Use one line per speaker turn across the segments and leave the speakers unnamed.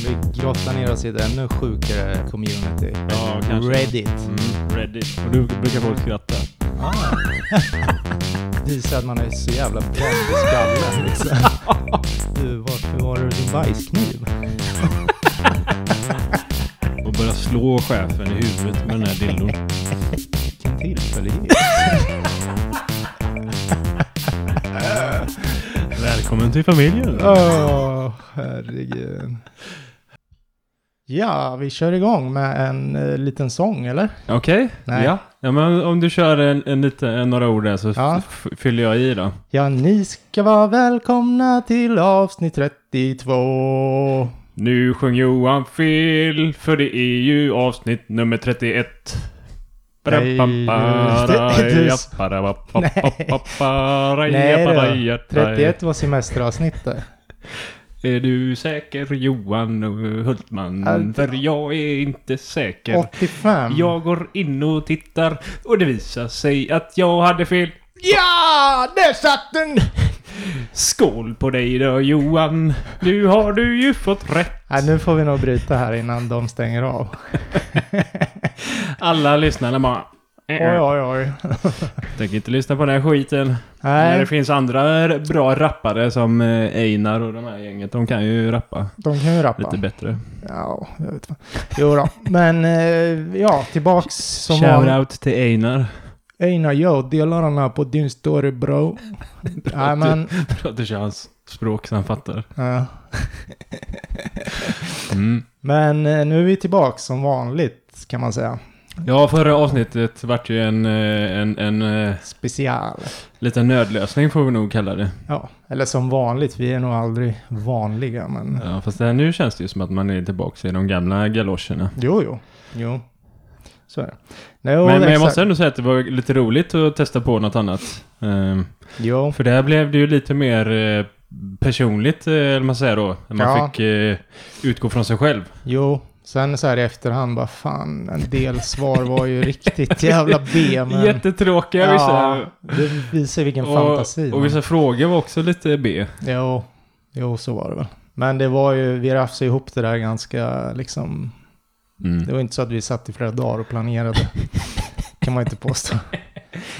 Vi grottar ner oss i ett ännu sjukare community.
Ja, kanske.
Reddit.
Mm, Reddit. Och du brukar folk skratta.
Ah. Visar att man är så jävla bränd i skallen liksom. Du, varför var du din bajskniv?
Och börja slå chefen i huvudet med den här dildon.
Vilken tillfällighet.
Välkommen till familjen.
Åh, herregud. Ja, vi kör igång med en eh, liten sång, eller?
Okej.
Nej.
Ja. ja, men om du kör en, en lite, en, några ord där så f-
Ja.
f- fyller jag i då.
Ja, ni ska vara välkomna till avsnitt 32.
Nu sjöng Johan fel, för det är ju avsnitt nummer 31.
Nej, det- det- Nej då. 31 var semesteravsnittet.
Är du säker Johan Hultman?
Allt-
För jag är inte säker.
85.
Jag går in och tittar och det visar sig att jag hade fel.
Ja, där satt den!
Skål på dig då Johan! Nu har du ju fått rätt.
Nej, nu får vi nog bryta här innan de stänger av.
Alla lyssnarna bara... "Eh,
Oj, oj, oj.
Tänker inte lyssna på den här skiten. Men det
Nej,
finns andra r- bra rappare som eh, Einar och de här gänget. De kan ju rappa
de kan ju rappa.
lite bättre.
Ja, jag vet inte. Jo då. Men eh, ja, tillbaks som vanligt.
Shoutout till Einar.
Einar, yo, dela den här på din story bro. Nej, men...
Bra att du kör hans språk så han fattar.
ja.
Mm.
Men eh, nu är vi tillbaks som vanligt, kan man säga.
Ja, förra avsnittet vart ju en, eh, en, en eh,
Special.
liten nödlösning får vi nog kalla det.
Ja, eller som vanligt, vi är nog aldrig vanliga, men...
Ja, fast det här nu känns det ju som att man är tillbaka i de gamla galoscherna.
Jo, jo. Jo. Så är det. Nej, jo,
Men, men jag
exakt.
måste ändå säga att det var lite roligt att testa på något annat. Ehm,
Jo.
För det här blev det ju lite mer eh, personligt, eh, eller vad man säger då. När Man
Ja.
fick eh, utgå från sig själv.
Jo, sen så här i efterhand bara fan, en del svar var ju riktigt jävla B, men...
Jättetråkiga vissa.
det visar vilken fantasi.
Och, och vissa frågor var också lite B.
man- Jo, jo, så var det väl. Men det var ju, vi rafsade ihop det där ganska liksom...
Mm.
Det var inte så att vi satt i flera dagar och planerade. kan man inte påstå.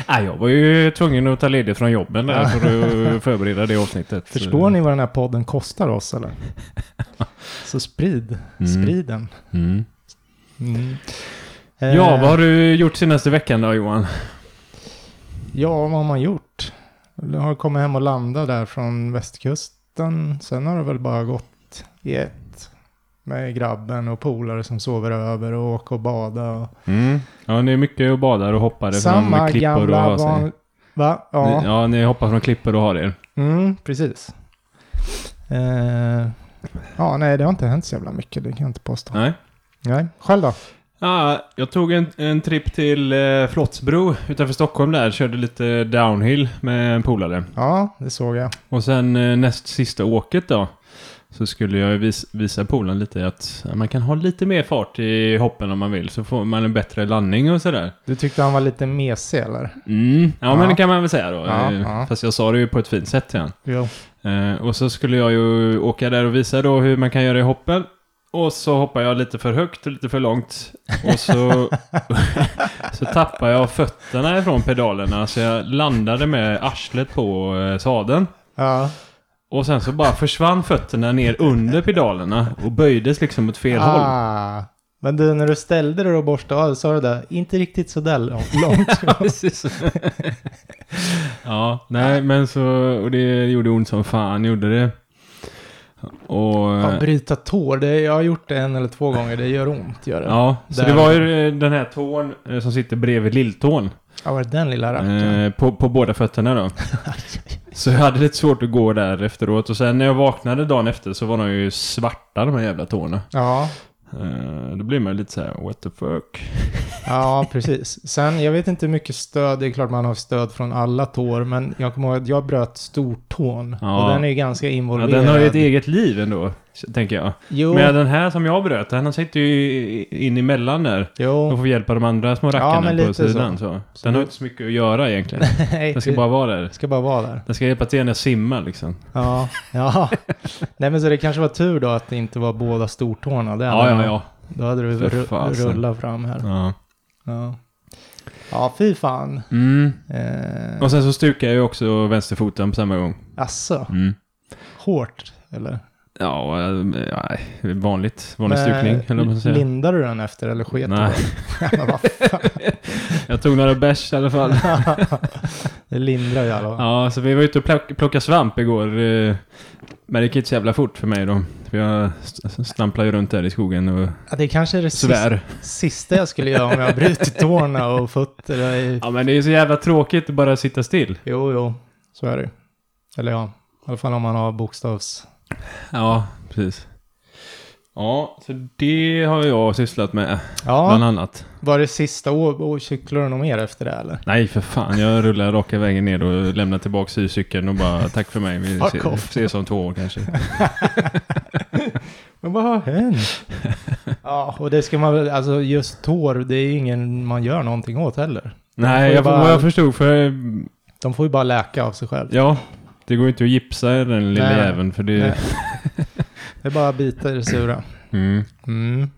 Ah, jag var ju tvungen att ta ledigt från jobben där
Ja.
för att förbereda det avsnittet.
Förstår ni vad den här podden kostar oss eller? Så sprid,
Mm.
sprid den.
Mm.
Mm.
Ja,
Eh,
vad har du gjort senaste veckan då Johan?
Ja, vad har man gjort? Jag har kommit hem och landat där från västkusten. Sen har det väl bara gått i ett med grabben och polare som sover över och åker och badar. Och
Mm. Ja, ni är mycket och badar och hoppar
Samma
från klippor och
gamla
har sig.
van... Va?
Ja.
Ja,
ja, ni hoppar från klippor och har er.
Mm, precis. Eh, ja, nej, det har inte hänt så jävla mycket. Det kan jag inte påstå.
Nej.
Nej, själv då?
Ja, jag tog en, en tripp till eh, Flottsbro utanför Stockholm där. Körde lite downhill med en polare.
Ja, det såg jag.
Och sen eh, näst sista åket då. Så skulle jag ju vis, visa polaren lite att ja, man kan ha lite mer fart i hoppen om man vill. Så får man en bättre landning och sådär.
Du tyckte han var lite mesig eller?
Mm. Ja,
Ja.
men det kan man väl säga då.
Ja,
Eh,
ja.
Fast jag sa det ju på ett fint sätt till honom.
Jo.
Eh, och så skulle jag ju åka där och visa då hur man kan göra i hoppen. Och så hoppar jag lite för högt och lite för långt. Och så, så tappar jag fötterna ifrån pedalerna så jag landade med arslet på eh, sadeln.
Ja.
Och sen så bara försvann fötterna ner under pedalerna och böjdes liksom åt fel håll.
Ah. Men du, när du ställde dig och borstade av, sa du det? Inte riktigt så där lång- långt.
Precis. ja, nej men så, och det gjorde ont som fan, gjorde det. Och...
Att bryta tår, det, jag har gjort det en eller två gånger, det gör ont. Gör det. Ja.
Ja, så
Där.
det var ju eh, den här tån eh, som sitter bredvid lilltån.
var det den lilla rackaren?
Eh, på, på båda fötterna då. så jag hade lite svårt att gå där efteråt. Och sen när jag vaknade dagen efter så var de ju svarta de här jävla tårna.
Ja.
Eh, då blir man ju lite så här: what the fuck.
ja. Ja, precis. Sen, jag vet inte hur mycket stöd, det är klart man har stöd från alla tår, men jag kommer ihåg att jag bröt stortån.
Ja.
Och den är ju ganska
Ja,
involverad.
den har ju ett eget liv ändå, tänker jag.
Jo,
Men den här som jag bröt, den sitter ju in emellan där. Och
jo.
får hjälpa de andra små rackarna
men
på
lite så.
sidan. Så.
Så
Den har
du-
inte så mycket att göra egentligen.
Nej,
Den ska bara vara där.
det ska bara vara där.
Den ska hjälpa till när jag simmar liksom.
Ja, ja. Nej, men så det kanske var tur då att det inte var båda stortårna. Det
Ja,
hade
ja,
man-
ja.
Då hade du
För
ru-
fasen.
rullat fram här.
ja.
Ja, ja fy fan.
Mm.
Eh,
Och sen så stukar jag ju också vänsterfoten på samma gång.
asså,
Mm.
alltså, hårt eller?
Ja, eh, nej, vanligt. Vanlig
Men,
stukning, eller vad man ska säga.
Lindade du den efter eller sket du
Nej,
bara? Men vad fan.
jag tog några bärs i alla fall.
Det lindrar ju i alla fall.
Ja, så vi var ute och plock, plockade svamp igår. eh, Men det gick inte så jävla fort för mig då. För jag st- stamplade ju runt där i skogen och
Ja, det kanske är det sista,
svär.
sista jag skulle göra om jag har brutit tårna och fötterna i...
Ja, men det är ju så jävla tråkigt att bara sitta still.
Jo, jo, så är det ju. Eller ja, i alla fall om man har bokstavs...
Ja, precis. Ja, så det har jag sysslat med, bland
Ja,
annat.
var det sista år? Oh, cyklade du något mer efter det eller?
Nej, för fan. Jag rullar raka vägen ner och lämnar tillbaka sycykeln och bara tack för mig. Vi
Fuck
ses,
off.
ses om två år kanske.
Men vad har hänt? ja, och det ska man väl, alltså just tår, det är ju ingen man gör någonting åt heller.
Nej,
ju
jag,
bara-
vad jag förstod för...
De får ju bara läka av sig själv.
Ja, det går ju inte att gipsa den lilla
Nej.
jäveln för det...
Nej. Eh, Det är bara att bita i det sura.
Mm.
Mm.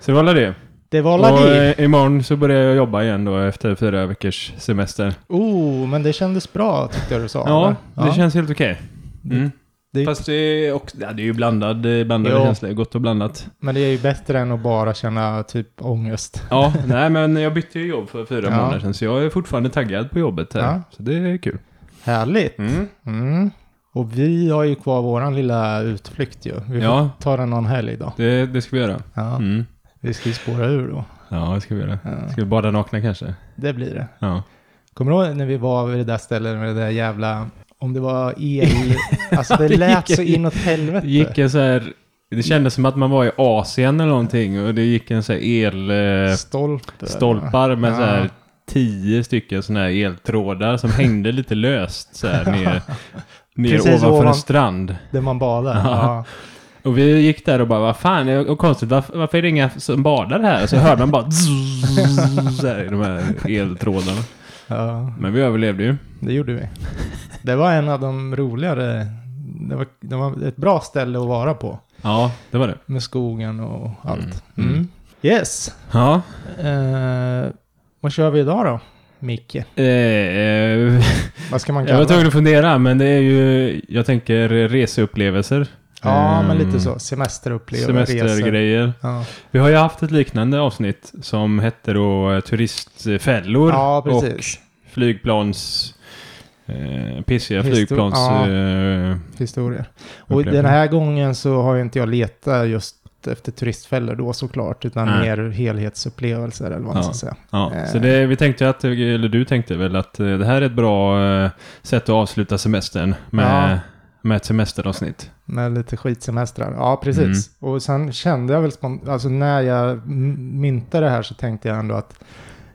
Så det var alla det.
Det var alla
och
det.
eh, imorgon så börjar jag jobba igen då efter fyra veckors semester.
Oh, men det kändes bra tyckte jag du sa.
Ja,
eller?
det känns helt okej. Mm.
Det-
Fast det är, också, ja, det är ju blandad, eh, blandade
Jo.
känslor. Gott och blandat.
Men det är ju bättre än att bara känna typ ångest.
Ja, nej men jag bytte ju jobb för fyra
Ja.
månader sedan så jag är fortfarande taggad på jobbet här.
Ja.
Så det är kul.
Härligt.
Mm.
Mm. Och vi har ju kvar våran lilla utflykt ju. Vi får
Ja.
ta den någon helg då.
Det, det ska vi göra.
Ja.
Mm.
Vi ska ju spåra ur då.
Ja, det ska vi göra.
Ja.
Ska vi bada nakna kanske?
Det blir det.
Ja.
Kommer du ihåg när vi var vid det där stället med det där jävla, om det var el, alltså det lät så inåt helvete.
Det gick en så här... Det kändes som att man var i Asien eller någonting och det gick en så här el... eh,
Stolpe.
stolpar med
Ja.
så här tio stycken sådana här eltrådar som hängde lite löst så här ner, ner
Precis
ovanför en
ovan.
strand.
Där man badar. Ja.
Och vi gick där och bara, vad fan, det är konstigt, varför, varför är det inga som badar här? Och så hörde man bara zzzz, så här, i de här eltrådarna.
ja,
Men vi överlevde ju.
det gjorde vi. Det var en av de roligare, det var, det var ett bra ställe att vara på.
Ja, det var det.
Med skogen och allt.
Mm.
Mm.
Mm.
Yes.
Ja.
Eh, vad kör vi idag då, Micke?
Eh, eh,
Vad ska man
jag
kalla
var
det?
tvungen att fundera, men det är ju, jag tänker reseupplevelser.
Ja, men
Ehm,
lite så. Semesterupplevelser. resor.
Semestergrejer.
Ja.
Vi har ju haft ett liknande avsnitt som hette då eh, turistfällor
ja,
och
precis.
flygplans... Eh, pissiga
Histo-
flygplans...
ja.
Eh,
Historier. Och
upplevelser.
den här gången så har ju inte jag letat just efter turistfällor då såklart, utan
Nej.
mer helhetsupplevelser eller vad man
Ja.
ska säga.
Ja, så det, vi tänkte ju att, eller du tänkte väl att eh, det här är ett bra eh, sätt att avsluta semestern med,
Ja.
med ett semesteravsnitt.
Med lite skitsemestrar. Ja, precis.
Mm.
Och sen kände jag väl spontant, alltså när jag m- myntade det här så tänkte jag ändå att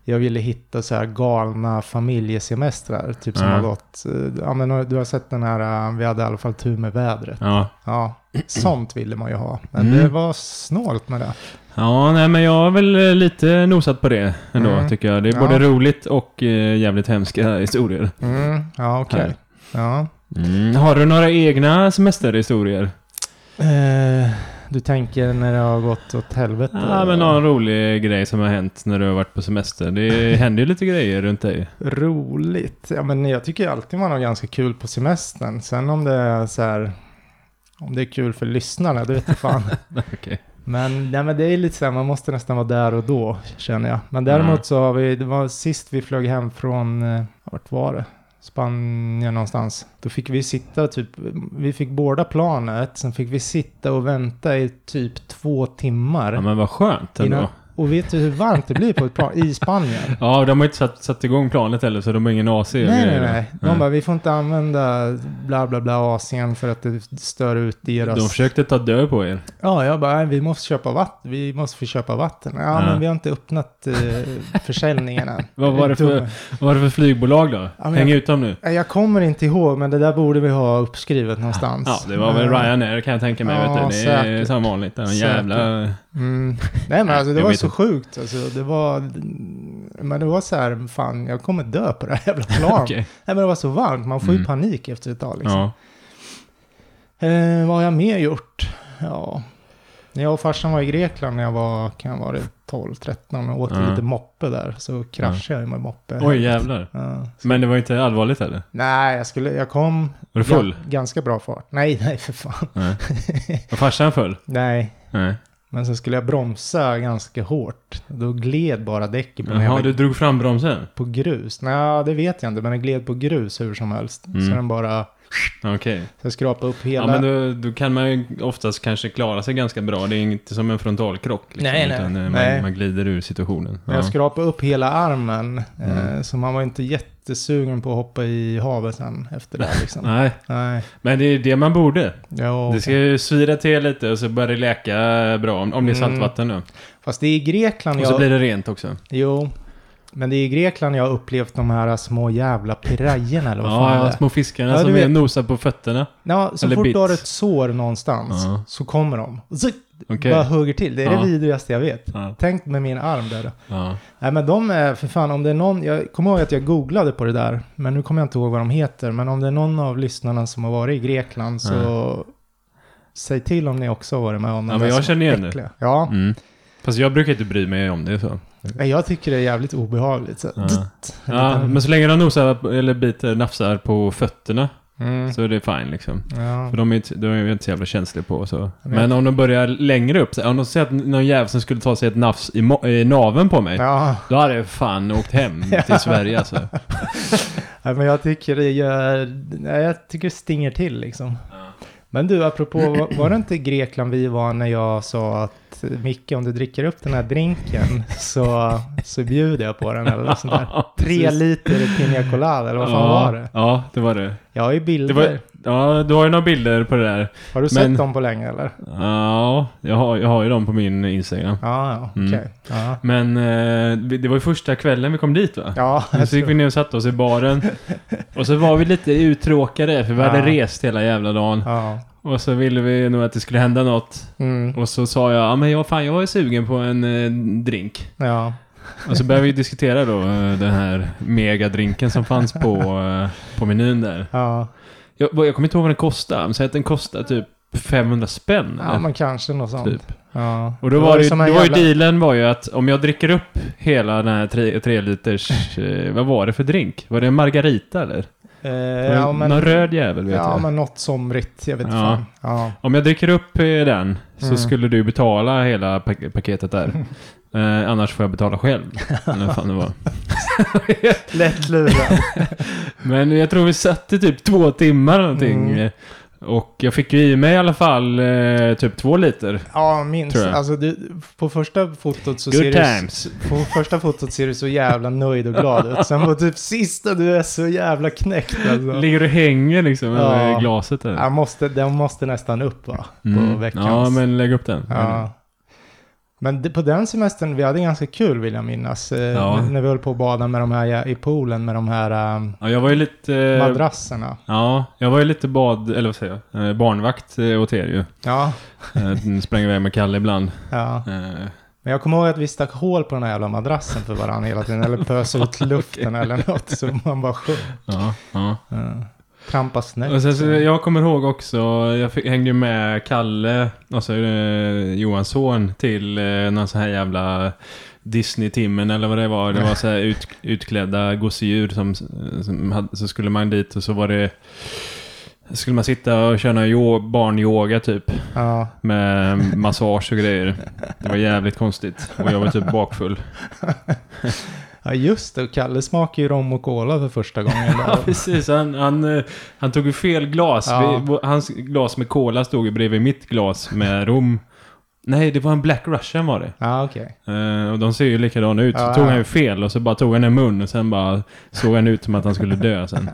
jag ville hitta så här galna familjesemestrar, typ som
Ja.
har gått. eh, Ja, men du har sett den här, eh, vi hade i alla fall tur med vädret.
Ja.
Ja, sånt ville man ju ha. Men
Mm.
det var snålt med det.
Ja, nej men jag har väl eh, lite nosat på det ändå
Mm.
tycker jag. Det är
Ja.
både roligt och eh, jävligt hemska historier.
Mm. Ja, okej.
Här.
Ja.
Har du några egna semesterhistorier?
Eh, du tänker när det har gått åt helvete?
Ja, men någon rolig grej som har hänt när du har varit på semester. Det händer ju lite grejer runt dig.
Roligt. Ja, men jag tycker alltid man har ganska kul på semestern. Sen om det är så här... Om det är kul för lyssnarna, det vet jag fan.
Okej.
men, nej, men det är lite så här, man måste nästan vara där och då, känner jag. Men däremot
Mm.
så har vi, det var sist vi flög hem från, eh, vart var det? Spanien någonstans. Då fick vi sitta typ, vi fick båda planet, sen fick vi sitta och vänta i typ två timmar.
Ja, men vad skönt ändå.
Innan- Och vet du hur varmt det blir på ett plan i Spanien?
Ja, de har inte satt, satt igång planet heller så de har ingen AC. och
Nej, nej,
grejer.
nej. De bara, vi får inte använda bla, bla, bla Asien för att det stör ut deras...
De försökte ta död på er.
Ja, jag bara, "Nej, vi måste köpa vatten. Vi måste få köpa vatten. Ja,
Ja.
men vi har inte öppnat eh, försäljningen än.
Vad var det för-
Dumma.
Vad var det för flygbolag då?
men
Häng
jag-
ut dem nu.
Nej, Jag kommer inte ihåg, men det där borde vi ha uppskrivet någonstans.
Ja, det var väl
Eh,
Ryanair kan jag tänka mig.
Ja,
vet du. Det är
säkert.
som vanligt. En
Säkert.
jävla...
Mm. Nej, men alltså det
Jag
var
vet
så
inte.
sjukt. Alltså, det var... Men det var så här, fan, jag kommer dö på det här jävla planet.
Okej.
Nej, men det var så varmt. Man får ju
Mm.
panik efter ett tag. Liksom.
Ja.
Eh, vad har jag mer gjort? Ja. När jag och farsan var i Grekland när jag var, kan vara 12-13 och åt
Ja.
lite moppe där. Så kraschade jag med moppe.
Mm. Oj, jävlar.
Ja.
Men det var inte allvarligt eller?
Nej, jag, skulle, jag kom
Var du full?
ga- ganska bra fart. Nej, nej för fan.
Nej. Var farsan full?
Nej,
Nej.
men sen skulle jag bromsa ganska hårt. Då gled bara däcket på,
Jaha,
Jaha,
du drog fram bromsen?
på grus. Nej, det vet jag inte, men den gled på grus hur som helst.
Mm.
Så den bara,
Okej.
så jag skrapade upp hela.
Ja, men då, då kan man ju oftast kanske klara sig ganska bra. Det är inte som en frontalkrock. Liksom,
Nej, nej.
Utan eh, man,
Nej.
man glider ur situationen.
Men Jag skrapade upp hela armen, eh,
Mm.
så man var inte jättesugen på att hoppa i havet sen efter det. Liksom.
Nej,
Nej,
men det är det man borde.
ja.
Det ska ju svida till lite och så börjar det läka bra. Om, om det är
Mm.
saltvatten nu.
Fast det är i Grekland
Och så
jag...
blir det rent också.
Jo, men det är i Grekland jag har upplevt de här små jävla pirajerna eller vad fan
Ja,
det är.
små fiskarna
Ja, du
som är
vet.
nosar på fötterna.
Ja, så
eller
fort
bits.
du har ett sår någonstans
Ja.
så kommer de. Och så
Okej.
bara hugger till. Det är
Ja.
det vidrigaste jag vet.
Ja,
Tänk med min arm där. då.
ja.
Nej men de är, för fan om det är någon, jag kommer ihåg att jag googlade på det där, men nu kommer jag inte ihåg vad de heter, men om det är någon av lyssnarna som har varit i Grekland så säg till om ni också har varit med om
Ja,
de
men
där
jag
som
känner igen det.
äckliga. Ja,
Mm. Fast jag brukar inte bry mig om det så.
men jag tycker det är jävligt obehagligt. Så.
Ja.
Dutt, en
Ja,
liten-
men så länge de nosar eller biter, nafsar på fötterna
Mm.
så är det fine liksom.
Ja.
För de är, inte, de är ju inte så jävla känsliga på och så.
Men-
Men om de börjar längre upp, så- om de säger att någon jävel som skulle ta sig ett nafs i, mo- i naven på mig.
Ja,
Då hade jag fan åkt hem till Sverige alltså.
nej, men jag tycker det gör, nej, jag tycker det stinger till liksom. Men du, apropå, var- var det inte i Grekland vi var när jag sa att Micke, om du dricker upp den här drinken så, så bjuder jag på den eller något sånt där? Tre
Precis.
liter Pina Colada, eller vad fan
ja,
var det?
Ja, det var det.
Jag har ju bilder.
Det var- Ja, du har ju några bilder på det där.
Har du sett
men-
dem på länge eller?
Ja, jag har, jag har ju dem på min Instagram.
Ja, ja, okej.
Mm.
Ja,
Men eh, vi- det var ju första kvällen vi kom dit va?
ja jag
Så gick vi
tror-
ner och satte oss i baren. Och så var vi lite uttråkade för vi hade
Ja.
rest hela jävla dagen.
ja.
Och så ville vi nog att det skulle hända något.
Mm,
Och så sa jag, ja men jag, fan, jag är sugen på en eh, drink.
ja.
Och så började vi diskutera då eh, den här megadrinken som fanns på, eh, på menyn där.
Ja.
Jag, jag kommer inte ihåg vad den kostade, men säg att den kostade typ 500 spänn.
ja, men kanske något sånt.
Typ.
Ja.
Och då var, det,
som
då
en
var ju
jävla-
dealen var ju att om jag dricker upp hela den här tre, tre liters, eh, vad var det för drink? Var det en margarita eller?
Eh,
Var det
ja, men,
Någon röd jävel vet
ja,
jag.
men något somrigt. Jag vet inte
Ja.
fan. Ja.
Om jag dricker upp eh, den så
Mm.
skulle du betala hela pak- paketet där. Eh, annars får jag betala själv. Eller vad fan det var.
Lätt lurad.
Men jag tror vi satt i typ två timmar någonting.
Mm.
eh, Och jag fick ju i mig i alla fall eh, typ två liter.
Ja, minst.
Tror jag.
Alltså, du, på första fotot så ser
Good
du...
times.
På första fotot ser du så jävla nöjd och glad ut. Sen på typ sista, du är så jävla knäckt alltså.
Ligger och hänger liksom
Ja.
över glaset där.
Jag måste, den måste nästan upp va? På
Mm.
veckans.
Ja, men lägg upp den.
Ja. Men det, på den semestern, vi hade ganska kul vill jag minnas. eh,
Ja.
När vi höll på att bada med de här ja, i poolen med de här um,
Ja, jag var ju lite... Eh,
madrasserna.
ja, jag var ju lite bad... Eller vad säger jag? Eh, barnvakt eh, åt er ju.
Ja,
Eh, sprang iväg med Kalle ibland.
ja.
Eh,
Men jag kommer ihåg att vi stack hål på den här jävla madrassen för varandra hela tiden. Eller pös ut luften eller något. Så man bara sjönk.
ja, ja.
Ja. Trampa snett.
Och sen så, jag kommer ihåg också, jag fick, hängde ju med Kalle, alltså eh, Johans son, till eh, någon sån här jävla Disney-timmen eller vad det var. Det var så här ut, utklädda gosedjur som, som hade, så skulle man dit och så var det skulle man sitta och köra jo, barnyoga typ
Ja.
med massage och grejer. Det var jävligt konstigt och jag var typ bakfull.
ja, just det. Kalle smakade ju rom och cola för första gången.
Ja,
Där.
precis. Han, han, eh, han tog ju fel glas.
Ja.
Vi- Hans glas med cola stod ju bredvid mitt glas med rom. Nej, det var en Black Russian var det.
Ja, okej.
Eh, och de ser ju likadana ut. Så
Ja,
tog
ja.
han ju fel och så bara tog han en mun och sen bara såg han ut som att han skulle dö sen.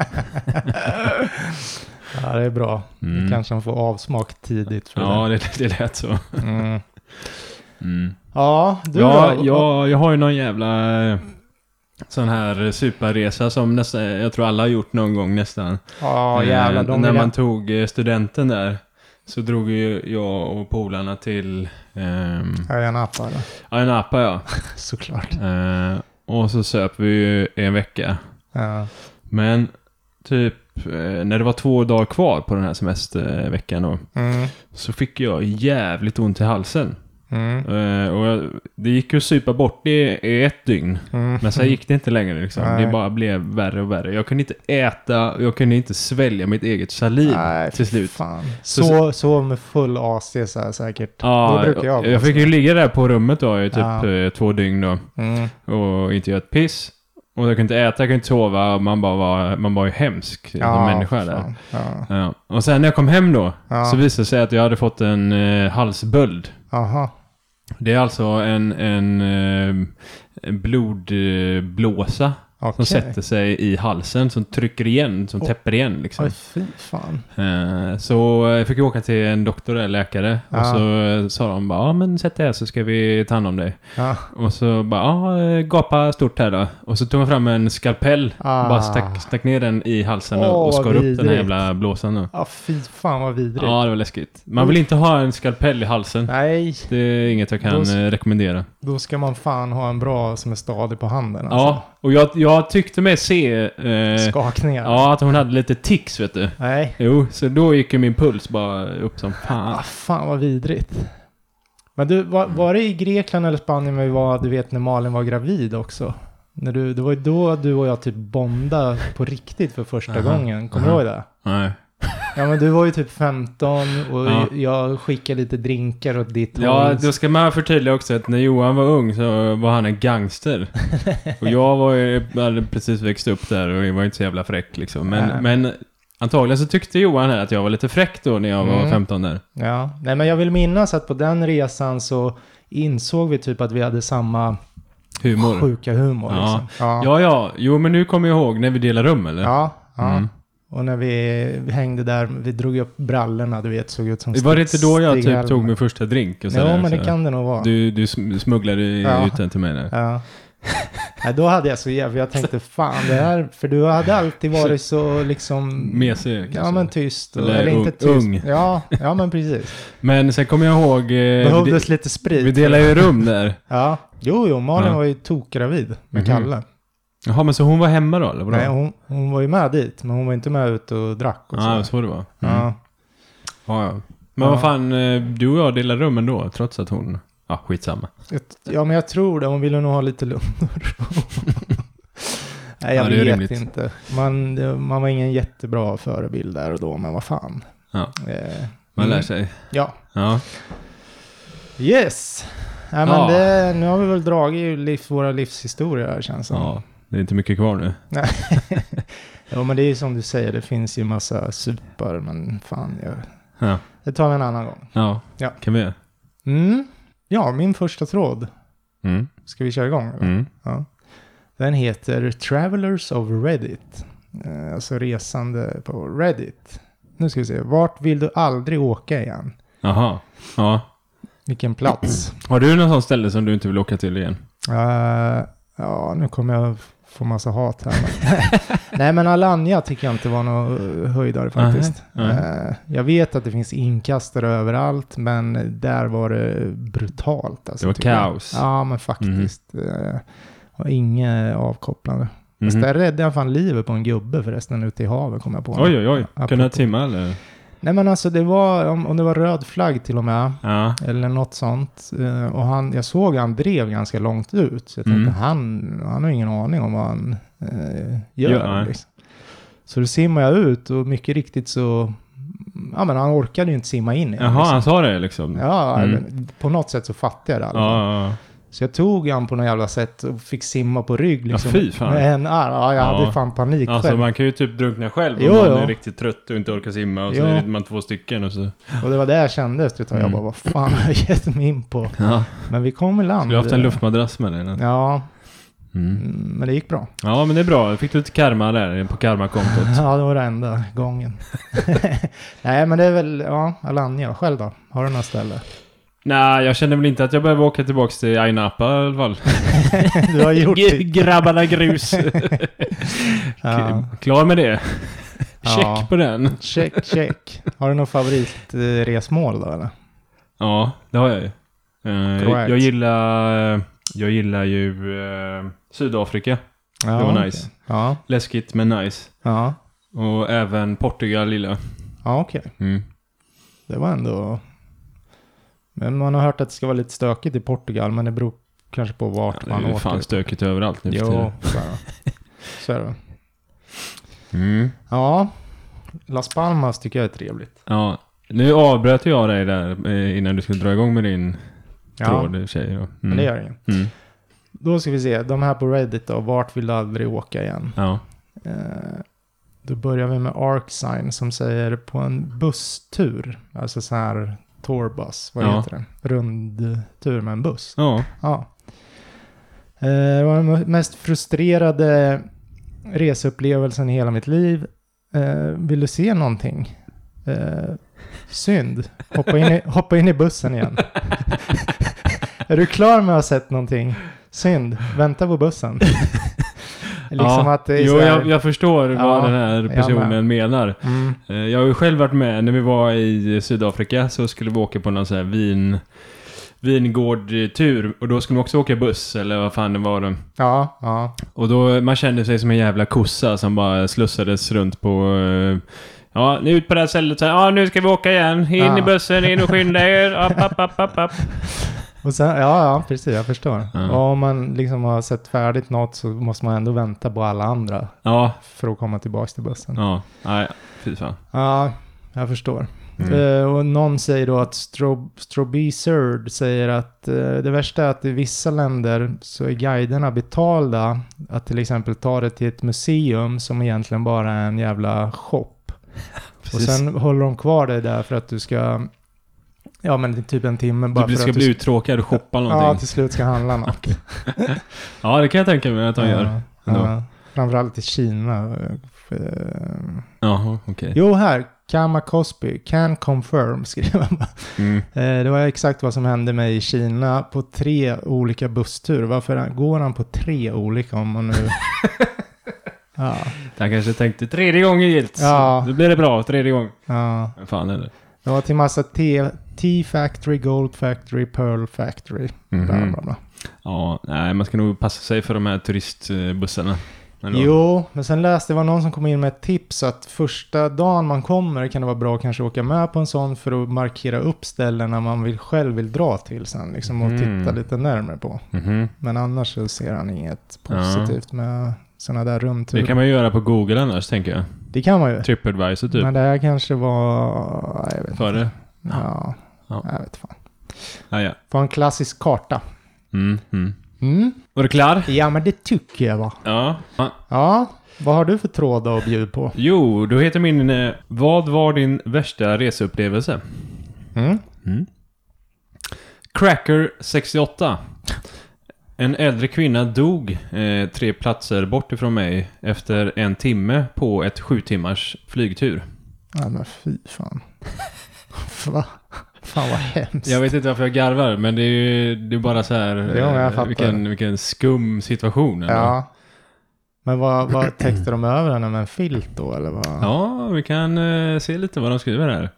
Ja, det är bra.
Mm.
Kanske han får avsmak tidigt. För
Ja, det, det lät så.
det. Mm.
Mm.
Ja, du
ja,
då?
jag, jag har ju någon jävla eh, sån här superresa som nästan, jag tror alla har gjort någon gång nästan.
Ja,
Eh,
jävlar. De
när
är
man
rätt-
tog eh, studenten där så drog ju jag och polarna till ehm,
Ja, jag nappar. då.
Ayia Napa ja.
Såklart.
Eh, och så söp vi ju en vecka.
Ja.
Men typ eh, när det var två dagar kvar på den här semesterveckan då,
Mm.
så fick jag jävligt ont i halsen.
Mm.
Eh, och jag, det gick ju att supa bort det i ett dygn.
Mm.
Men sen gick det inte längre liksom.
Nej.
Det bara blev värre och värre. Jag kunde inte äta, och jag kunde inte svälja mitt eget saliv
Nej,
till slut.
Fan.
Så-
Så, så med full AC så här säkert.
Ja,
Då brukar jag vara
fick ju ligga där på rummet då i typ
Ja.
eh, två dygn då.
Mm.
Och inte göra ett piss. Och jag kunde inte äta, jag kunde inte sova. Och man, bara var, man var ju hemsk som människa där.
fan. Ja.
Ja. Och sen när jag kom hem då,
Ja.
så visade det sig att jag hade fått en eh, halsböld.
Aha.
Det är alltså en, en eh, en blodblåsa som
Okej.
sätter sig i halsen, som trycker igen, som
Oj.
täpper igen liksom.
Oj, fy fan.
Eh, Så eh, jag fick åka till en doktor eller läkare
Ja.
och så eh, sa de bara ja men sätt dig här så ska vi ta hand om dig.
Ja.
Och så bara ja eh, gapa stort här då. Och så tog han fram en skalpell
Ah.
bara stack, stack ner den i halsen och,
Åh,
och skar upp den här
vidrigt.
jävla blåsan då.
ja, fy fan vad vidrigt.
Ja det var läskigt. Man vill inte ha en skalpell i halsen.
Nej,
Det är inget jag
Då
kan
s-
eh, rekommendera.
då ska man fan ha en bra som är stadig på handen.
Ja,
Alltså.
och jag, jag tyckte mig se eh,
Skakningar.
ja, att hon hade lite tics vet du.
Nej.
Jo, så då gick ju min puls bara upp som fan.
Ah, fan vad vidrigt. Men du, var,
Mm.
var det i Grekland eller Spanien vi var, du vet när Malin var gravid också? När du, det var ju då du och jag typ bonda på riktigt för första
Aha,
gången. Kommer
aha.
du ihåg det?
Nej.
Ja men du var ju typ 15 och
Ja.
jag skickade lite drinkar åt ditt
Ja,
håll.
då ska man förtydliga också att när Johan var ung så var han en gangster. Och jag var ju, hade precis växt upp där och jag var inte så jävla fräck liksom.
Nej.
Men, men antagligen så tyckte Johan här att jag var lite fräck då när jag var
Mm.
15 där.
Ja, nej men jag vill minnas att på den resan så insåg vi typ att vi hade samma
Humor.
sjuka humor.
Ja.
Liksom. Ja.
Ja, ja. Jo, men nu kommer jag ihåg när vi delade rum eller?
Ja, ja.
Mm.
Och när vi vi hängde där, vi drog upp brallorna, du vet, såg ut som
Var det inte då jag
Stig
typ
Helmer.
tog min första drink? Och
Jo,
sådär,
men det
så.
kan det nog vara.
Du, du sm- smugglade ju
Ja.
ut den till mig där.
Ja. Nej, då hade jag så jävla, jag tänkte fan det här, för du hade alltid varit så liksom...
Mesig kanske.
Ja men tyst. och-
Eller
Eller, inte
ung-
tyst.
ung.
Ja, ja men precis.
Men sen kommer jag ihåg... eh, vi,
Behövdes
de-
lite sprit.
vi delade ju rum där.
Ja. Jo, jo, Malin
Ja.
var ju tokgravid med
Mhm.
Kalle.
Jaha, men så hon var hemma då eller? vadå?
Nej, hon, hon var ju med dit, men hon var inte med ut och drack och så.
Ja, så det var. Mm.
Ja.
Ja, ja. Men
Ja.
vad fan, eh, du och jag delar rum ändå, trots att hon... Ja, skitsamma.
Jag- Ja, men jag tror det. Hon ville nog ha lite lugn och ro. Nej, jag
Ja, det är
vet
rimligt.
inte. Man, det- man var ingen jättebra förebild där och då, men vad fan.
Ja.
Eh,
Man
mm.
lär sig.
Ja.
Ja.
Yes. Nej, men
Ja.
det, nu har vi väl dragit ju liv, våra livshistorier här känns som.
ja, det är inte mycket kvar nu.
ja, men det är ju som du säger, det finns ju massa super, men fan, jag,
Ja.
det tar vi en annan gång.
Ja,
Ja.
kan vi göra.
Mm. Ja, min första tråd.
Mm.
Ska vi köra igång? Eller?
Mm.
Ja. Den heter Travelers of Reddit. Eh, Alltså resande på Reddit. Nu ska vi se. Vart vill du aldrig åka igen?
Jaha. Ja.
Vilken plats?
Har du någon sån ställe som du inte vill åka till igen?
Mm. Eh, ja, nu kommer jag få massa hat här. men- Nej, men Alanya tycker jag inte var någon eh, höjdare faktiskt.
Nej,
Eh, jag vet att det finns inkastare överallt, men där var det brutalt. Alltså,
Det var
tycker jag.
kaos.
Ja, men faktiskt. eh, och inget avkopplande. Fast
Mhm.
där räddade jag fan livet på en gubbe förresten ute i havet kom jag på.
Oj, oj, oj. Kunde
Apropå.
jag timma eller?
Nej men alltså det var, om, om det var röd flagg till och med.
Ja.
Eller något sånt. eh, Och han, jag såg han drev ganska långt ut. Så jag tänkte
Mm.
han, han har ingen aning om vad han eh, gör.
Ja, nej.
liksom. Så då simmade jag ut och mycket riktigt så, ja men han orkade ju inte simma in. igen,
Jaha, han sa det liksom?
liksom. Ja,
Mm.
men på något sätt så fattade jag det i alla fall.
ja. ja.
Så jag tog han på något jävla sätt och fick simma på rygg. Liksom,
fy fan.
Med en arm. Ja, jag hade
Ja.
fan panik
Alltså
själv.
man kan ju typ drunkna själv om
Jo,
man
jo.
är riktigt trött och inte orkar simma och så
Ja.
är man två stycken och så...
Och det var det jag kände efter ett tag. Jag
Mm.
bara, vad fan har jag gett mig in på?
Ja.
Men vi kom i land.
Skulle haft en luftmadrass med dig. eller?
Ja,
Mm.
mm, men det gick bra.
Ja men det är bra. Fick du lite karma där på karmakontot.
Ja, det var det enda gången. Nej, men det är väl, ja, Alanya. Själv då? Har du något ställe?
Nej, jag känner väl inte att jag behöver åka tillbaka till Aina Napa i alla fall.
Du har gjort
G-
det.
Grabbarna grus.
Ja.
K- Klar med det. Check
Ja.
på den.
Check, check. Har du något favoritresmål då eller?
Ja, det har jag ju. Eh,
Correct.
jag gillar... eh, Jag gillar ju eh, Sydafrika.
Ja,
det var
okej.
nice.
Ja,
Läskigt men nice.
ja,
Och även Portugal gillar jag.
ja okej.
Mm.
Det var ändå... Men man har hört att det ska vara lite stökigt i Portugal, men det beror kanske på vart
Det
man
är ju
åker.
fan stökigt överallt nu för
Jo,
tiden.
så är det. Så är det.
Mm.
Ja, Las Palmas tycker jag är trevligt.
Ja. Nu avbröt jag dig där eh, innan du skulle dra igång med din
Ja,
tråd, tjejer. Mm.
men det gör det ju.
mm.
Då ska vi se, de här på Reddit då, vart vill du aldrig åka igen?
Ja.
Eh, då börjar vi med Arcsign som säger på en busstur, alltså så här tourbuss, vad
Ja.
heter det? Rundtur med en buss.
ja.
Ja. Eh, Det var den mest frustrerade reseupplevelsen i hela mitt liv. Eh, Vill du se någonting? Eh, Synd. Hoppa in, i, hoppa in i bussen igen. Är du klar med att ha sett någonting? Synd. Vänta på bussen. liksom
ja.
att det är
jo,
så här,
jag, jag förstår
Ja,
vad den här
jag
personen
med.
menar.
Mm,
Eh, Jag har ju själv varit med när vi var i Sydafrika så skulle vi åka på någon sån här vin, vingårdtur och då skulle man också åka buss eller vad fan det var. då.
ja, ja,
Och då man kände sig som en jävla kossa som bara slussades runt på eh, Ja, nu ut på det här stället så här, ja nu ska vi åka igen. In
Ja.
i bussen, in och skynda er. App, app, app, app, app.
och sen, ja, ja, precis, jag förstår.
Ja.
Och om man liksom har sett färdigt något så måste man ändå vänta på alla andra
Ja,
för att komma tillbaka till bussen.
ja, nej, fy fan.
Ja, jag förstår.
Mm.
Eh, och någon säger då att Strob- Strobizerd säger att eh, det värsta är att i vissa länder så är guiderna betalda att till exempel ta det till ett museum som egentligen bara är en jävla shop.
Precis.
Och sen håller de kvar dig där för att du ska, ja men typ en timme bara
du blir-
för
ska
att du
bli uttråkad och shoppa
Ja,
någonting.
till slut ska handla något.
Ja, det kan jag tänka mig att han gör.
Ja,
ändå.
ja. Framförallt i Kina. Eh,
Jaha, okej.
Jo, här. Kama Cosby, can confirm, skriver man.
Mm.
Eh, Det var exakt vad som hände mig i Kina på tre olika bussturer. Varför går han på tre olika om man nu... ja,
Han kanske tänkte tredje gången gillt.
Ja.
Nu blir det bra, tredje gång.
ja.
Vad fan är det?
Det var till massa T- T-Factory, Gold Factory, Pearl Factory. Bla,
Mhm.
bla, bla.
Ja, nej, man ska nog passa sig för de här turistbussarna. Ändå.
Jo, men sen läste det var någon som kom in med ett tips att första dagen man kommer kan det vara bra att kanske åka med på en sån för att markera upp ställena man vill, själv vill dra till sen. Liksom, och
Mm.
titta lite närmare på.
Mhm.
Men annars så ser han inget
Ja.
positivt med sådana där rundturer.
Det kan man ju göra på Google annars, tänker jag.
Det kan man ju.
Tripadvisor typ.
Men det här kanske var... Jag vet inte.
Före?
Ja,
Ja.
jag vet fan.
Ah, ja.
Var en klassisk karta.
Mm, mm.
Mm.
Var du klar?
Ja, men det tycker jag va.
Ja. Ah.
Ja, vad har du för tråd att bjuda på?
Jo, då heter min... eh, Vad var din värsta reseupplevelse?
Mm.
Cracker 68. En äldre kvinna dog eh, tre platser bort ifrån mig efter en timme på ett sju timmars flygtur.
Ja, men fy fan. Va? Fan vad hemskt.
Jag vet inte varför jag garvar, men det är ju det är bara så här...
Jo, jag
eh,
fattar.
vilken, vilken skum situation. ändå.
Ja. Men vad, vad täckte de över henne med en filt då eller vad?
ja, vi kan eh, se lite vad de skriver här.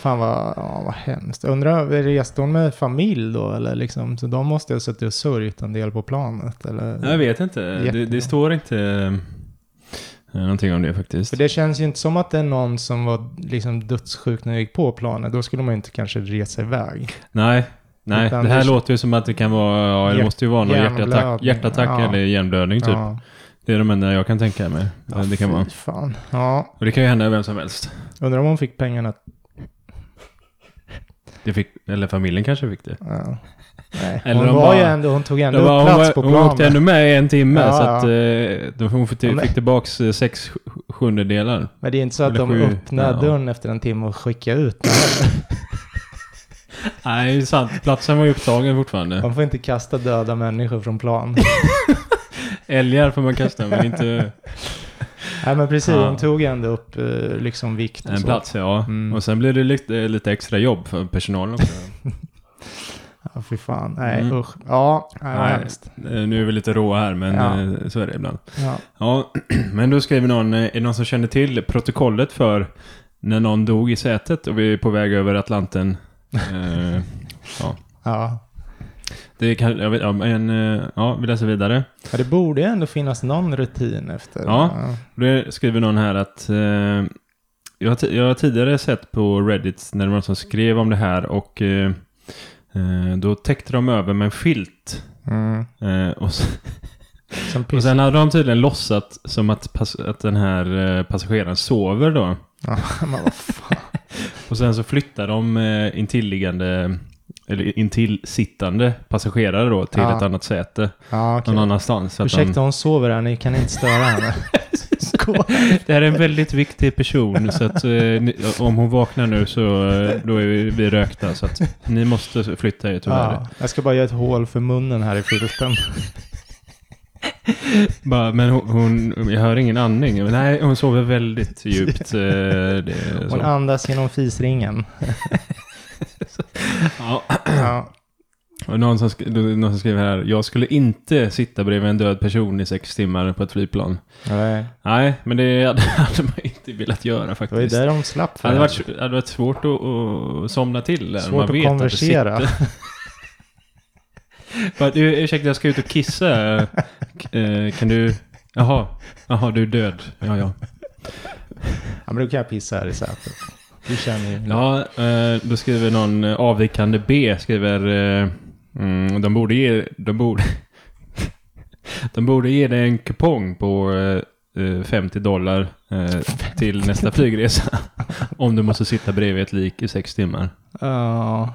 Fan vad, ja, vad hemskt. Undrar, reste hon med familj då eller liksom? Så de måste ju ha suttit och sörjt en del på planet eller?
Jag vet inte. Det,
Jättebra.
det står inte eh, någonting om det faktiskt.
För det känns ju inte som att det är någon som var liksom dödssjuk när jag gick på planet. Då skulle man ju inte kanske resa iväg.
Nej, nej.
Utan
det här
det-
låter ju som att det kan vara, ja, det
Hjärt-
måste ju vara någon hjärtattack,
hjärnblödning.
hjärtattack
Ja.
eller hjärnblödning typ.
Ja,
Det är de enda jag kan tänka mig.
Ja,
det kan vara.
fy fan. Ja,
Och det kan ju hända vem som helst.
undrar om hon fick pengarna.
Det fick, eller familjen kanske fick det.
Ja. Nej.
Eller
Hon
de
var ju
bara-
ändå, hon tog ändå
det var,
upp
hon,
plats
var-
på
hon åkte
planen.
ännu med i en timme
Ja,
så
ja.
att eh, de- hon fick,
Ja, men-
fick tillbaks eh, sex sj- sjundedelar.
Men det är inte så att
Eller
de
sju.
öppnar
Ja.
dörren efter en timme och skickar ut den.
Nej, det är sant. Platsen var ju upptagen fortfarande.
Man får inte kasta döda människor från plan.
Älgar får man kasta, men inte
Nej men precis,
Ja.
hon tog ändå upp eh, liksom vikt och
en
så.
plats. Ja.
Mm.
Och sen blev det lite, lite extra jobb för personalen också.
Ja, fy fan. Nej,
Mm.
usch. Ja, nej, vad
Nej.
hemskt.
Eh, Nu är vi lite råa här, men
Ja.
eh, så är det ibland.
Ja.
Ja, men då skriver någon, eh, är det någon som känner till protokollet för när någon dog i sätet och vi är på väg över Atlanten? Eh,
Ja.
det kan, jag vet, ja, men, eh, ja, vi läser vidare.
ja, det borde ju ändå finnas någon rutin efter.
Ja. Då skriver någon här att eh, jag, har ti- jag har tidigare sett på Reddit när det var någon som skrev om det här och eh, eh, då täckte de över med en filt.
Mm.
Eh, och, s-
Som
och
piss.
sen hade de tydligen låtsat som att, pass, att den här eh, passageraren sover då.
Ja, men vad fan.
Och sen så flyttar de eh, intilliggande, eller intillsittande passagerare då till
Ja.
ett annat säte
Ja, okej.
någon annanstans. Så att de,
Ursäkta, hon sover här. Ni kan inte störa henne. Skål.
det här är en väldigt viktig person så att eh, ni, om hon vaknar nu så eh, då är vi, vi rökta så att ni måste flytta er tyvärr.
Ja, jag ska bara göra ett hål för munnen här i filten.
Bara, men hon, hon, jag hör ingen andning. Nej, hon sover väldigt djupt. eh, Det, är
Hon
så.
andas genom fisringen.
Ja.
Ja.
Och någon, som, sk- då- någon som skriver här, jag skulle inte sitta bredvid en död person i sex timmar på ett flygplan.
Nej,
Nej, men det hade- hade man inte velat göra
det var ju
faktiskt. Det,
där de slapp för
hade varit, det hade varit svårt att, att somna till där.
Svårt att konversera.
Att det sitter. Bara, "Du, ursäkta, jag ska ut och kissa. K- eh, kan du... Jaha, jaha, du är död. Ja, ja.
Ja, men du kan jag pissa här i sätet. Du känner ju.
Ja, eh, då skriver någon eh, avvikande B, skriver... eh, Mm, de borde ge... De borde... De borde ge dig en kupong på eh, eh, 50 dollar eh, till nästa flygresa. Om du måste sitta bredvid ett lik i sex timmar.
Ja,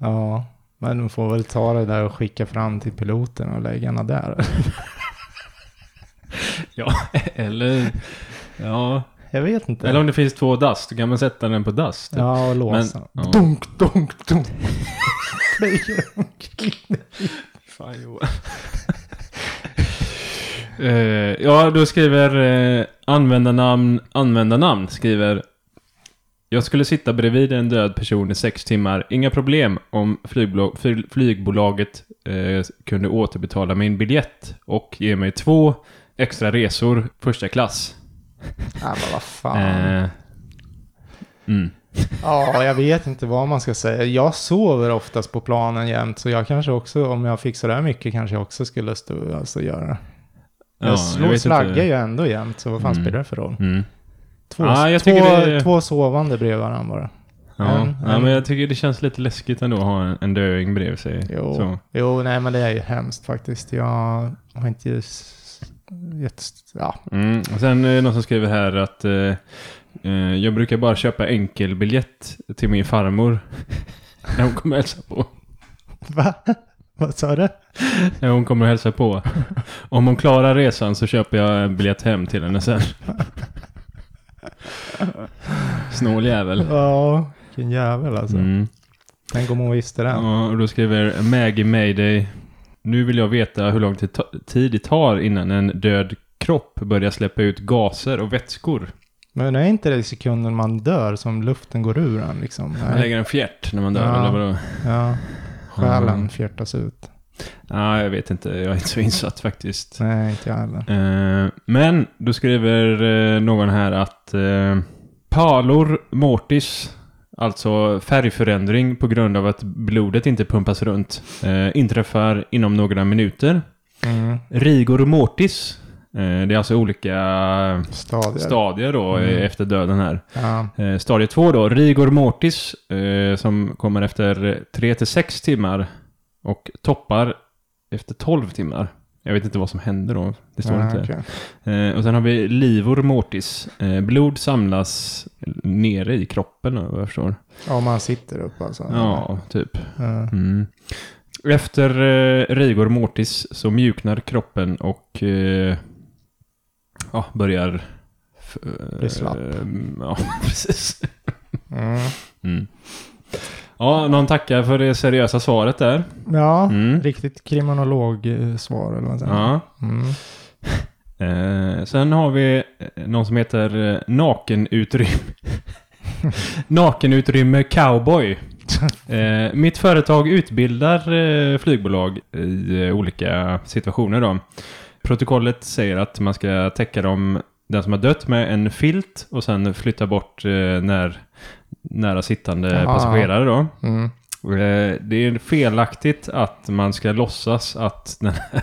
ja. Men de får väl ta det där och skicka fram till piloten och lägga henne där.
Eller... Ja.
Jag vet inte.
Eller om det finns två dust, då kan man sätta den på dust.
Ja, och låsa.
Men- ja.
Dunk, dunk, dunk. Play-
Fan Johan. Eh, ja, då skriver eh, användarnamn, användarnamn skriver Jag skulle sitta bredvid en död person i sex timmar. Inga problem om flygbolag, fly- flygbolaget eh, kunde återbetala min biljett och ge mig två extra resor första klass.
ja, men vad fan.
Eh, mm.
Ja, jag vet inte vad man ska säga. Jag sover oftast på planen jämt, så jag kanske också, om jag fick sådär mycket, kanske jag också skulle stå, alltså, göra det.
Ja,
Jag slår,
vet
slaggar
inte.
ju ändå jämt, så vad fan
Mm.
spelar det för roll?
Mm.
Två,
Ja, jag
två,
tycker det-
två sovande bredvid varandra bara.
Ja,
En-
ja,
en-
men jag tycker det känns lite läskigt ändå att ha en, en döing bredvid sig.
Jo.
Så.
Jo, nej men det är ju hemskt faktiskt. Jag har inte just... just ja.
Mm. Och sen är det någon som skriver här att eh, eh, jag brukar bara köpa enkelbiljett till min farmor. när hon kommer hälsa på.
Va? Vad sa du?
När hon kommer hälsa på. Om hon klarar resan så köper jag en biljett hem till henne sen. Snål jävel.
Ja, vilken jävel alltså.
Mm.
Tänk om hon visste det.
Ja, och då skriver Maggie Mayday. Nu vill jag veta hur lång tid ta- tid det tar innan en död kropp börjar släppa ut gaser och vätskor.
Men är inte det i sekunden man dör som luften går ur en liksom?
Man
Nej.
lägger en fjärt när man dör,
Ja.
eller vadå?
Ja. Själen
Mm.
fjärtas ut.
Ja, jag vet inte. Jag är inte så insatt faktiskt.
Nej, inte jag heller.
Eh, men då skriver eh, någon här att eh, palor mortis, alltså färgförändring på grund av att blodet inte pumpas runt, eh, inträffar inom några minuter.
Mm.
Rigor mortis, eh, det är alltså olika
Stadier.
stadier då eh,
Mm.
efter döden här.
Ja.
Eh, Stadie 2 då, rigor mortis, eh, som kommer efter 3-6 timmar och toppar efter 12 timmar. Jag vet inte vad som händer då. Det står
Ah,
inte.
okej.
Eh, och sen har vi livor mortis. Eh, blod samlas nere i kroppen vad jag förstår.
Ja, man sitter upp alltså.
Ja, typ.
Ja.
Mm. Efter eh, rigor mortis så mjuknar kroppen och eh, ja, börjar... f-
Bli slapp.
eh, Ja, precis.
Mm.
Mm. Ja, någon tackar för det seriösa svaret där.
ja
Mm.
riktigt kriminologsvar eller vad man säger.
Ja.
Mm.
Eh, sen har vi eh, någon som heter eh, Nakenutrymme. Nakenutrymme Cowboy. Eh, mitt företag utbildar eh, flygbolag i eh, olika situationer. Då. Protokollet säger att man ska täcka dem, den som har dött med en filt och sen flytta bort eh, när, nära sittande
Ah.
passagerare. Då.
Mm.
Eh, Det är felaktigt att man ska låtsas att den här,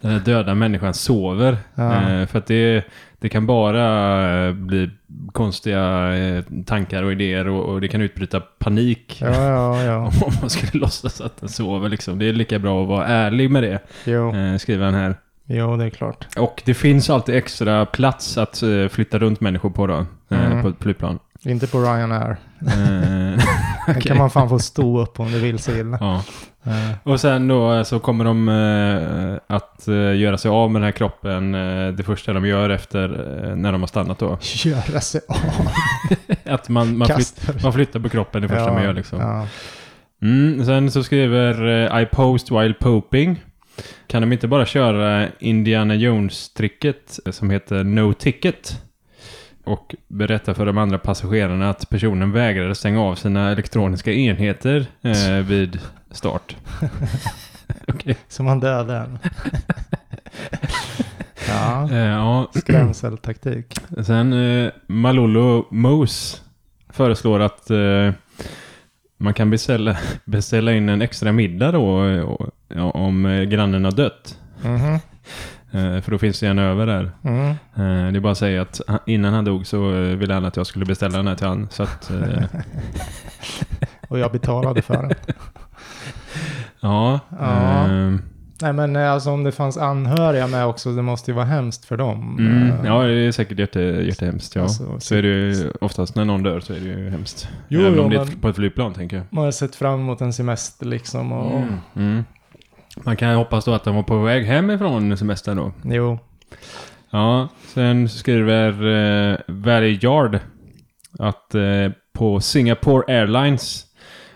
den här döda människan sover.
Ja.
Eh, För att det, det kan bara eh, bli konstiga eh, tankar och idéer och, och det kan utbryta panik.
Ja, ja, ja.
Om man skulle låtsas att den sover liksom. Det är lika bra att vara ärlig med det,
Jo,
eh, skriver han här.
jo, det är klart.
Och det finns alltid extra plats att eh, flytta runt människor på då, eh,
Mm.
på ett flygplan.
Inte på Ryanair.
Eh,
Den
Okej.
kan man fan få stå upp om du vill så illa.
ja.
Eh,
Och sen då eh, så kommer de eh, att eh, göra sig av med den här kroppen eh, det första de gör efter eh, när de har stannat då.
Göra sig av.
Att man, man, flytt,
Kastar.
man flyttar på kroppen det första man gör liksom.
Ja.
Mm, sen så skriver eh, I post while poping. Kan de inte bara köra Indiana Jones-tricket eh, som heter No Ticket? Och berätta för de andra passagerarna att personen vägrade stänga av sina elektroniska enheter eh, vid start. Okej.
Så man dödar den. ja,
Eh, ja,
skrämseltaktik.
Sen eh, Malolo Mose föreslår att eh, man kan beställa, beställa in en extra middag då eh, och, ja, om eh, grannen har dött. Mm-hmm.
Mhm.
Eh, för då finns det en över där.
Mm.
Eh, det är bara att säga att han- innan han dog så eh, ville han att jag skulle beställa den här till han. Så att, eh,
Och jag betalade för den.
ja.
Ja.
eh,
Nej men eh, alltså om det fanns anhöriga med också, det måste ju vara hemskt för dem.
mm,
Eh,
ja, det är säkert jätte, jättehemskt. Ja.
Alltså,
Så är det ju oftast när någon dör så är det ju hemskt.
Jo,
Även
jo,
om det är
men-
på ett flygplan tänker jag.
Man har sett fram emot en semester liksom och...
Mm. Mm. Man kan hoppas då att de var på väg hem ifrån semestern då.
Jo.
Ja, sen skriver eh, Very Yard att eh, på Singapore Airlines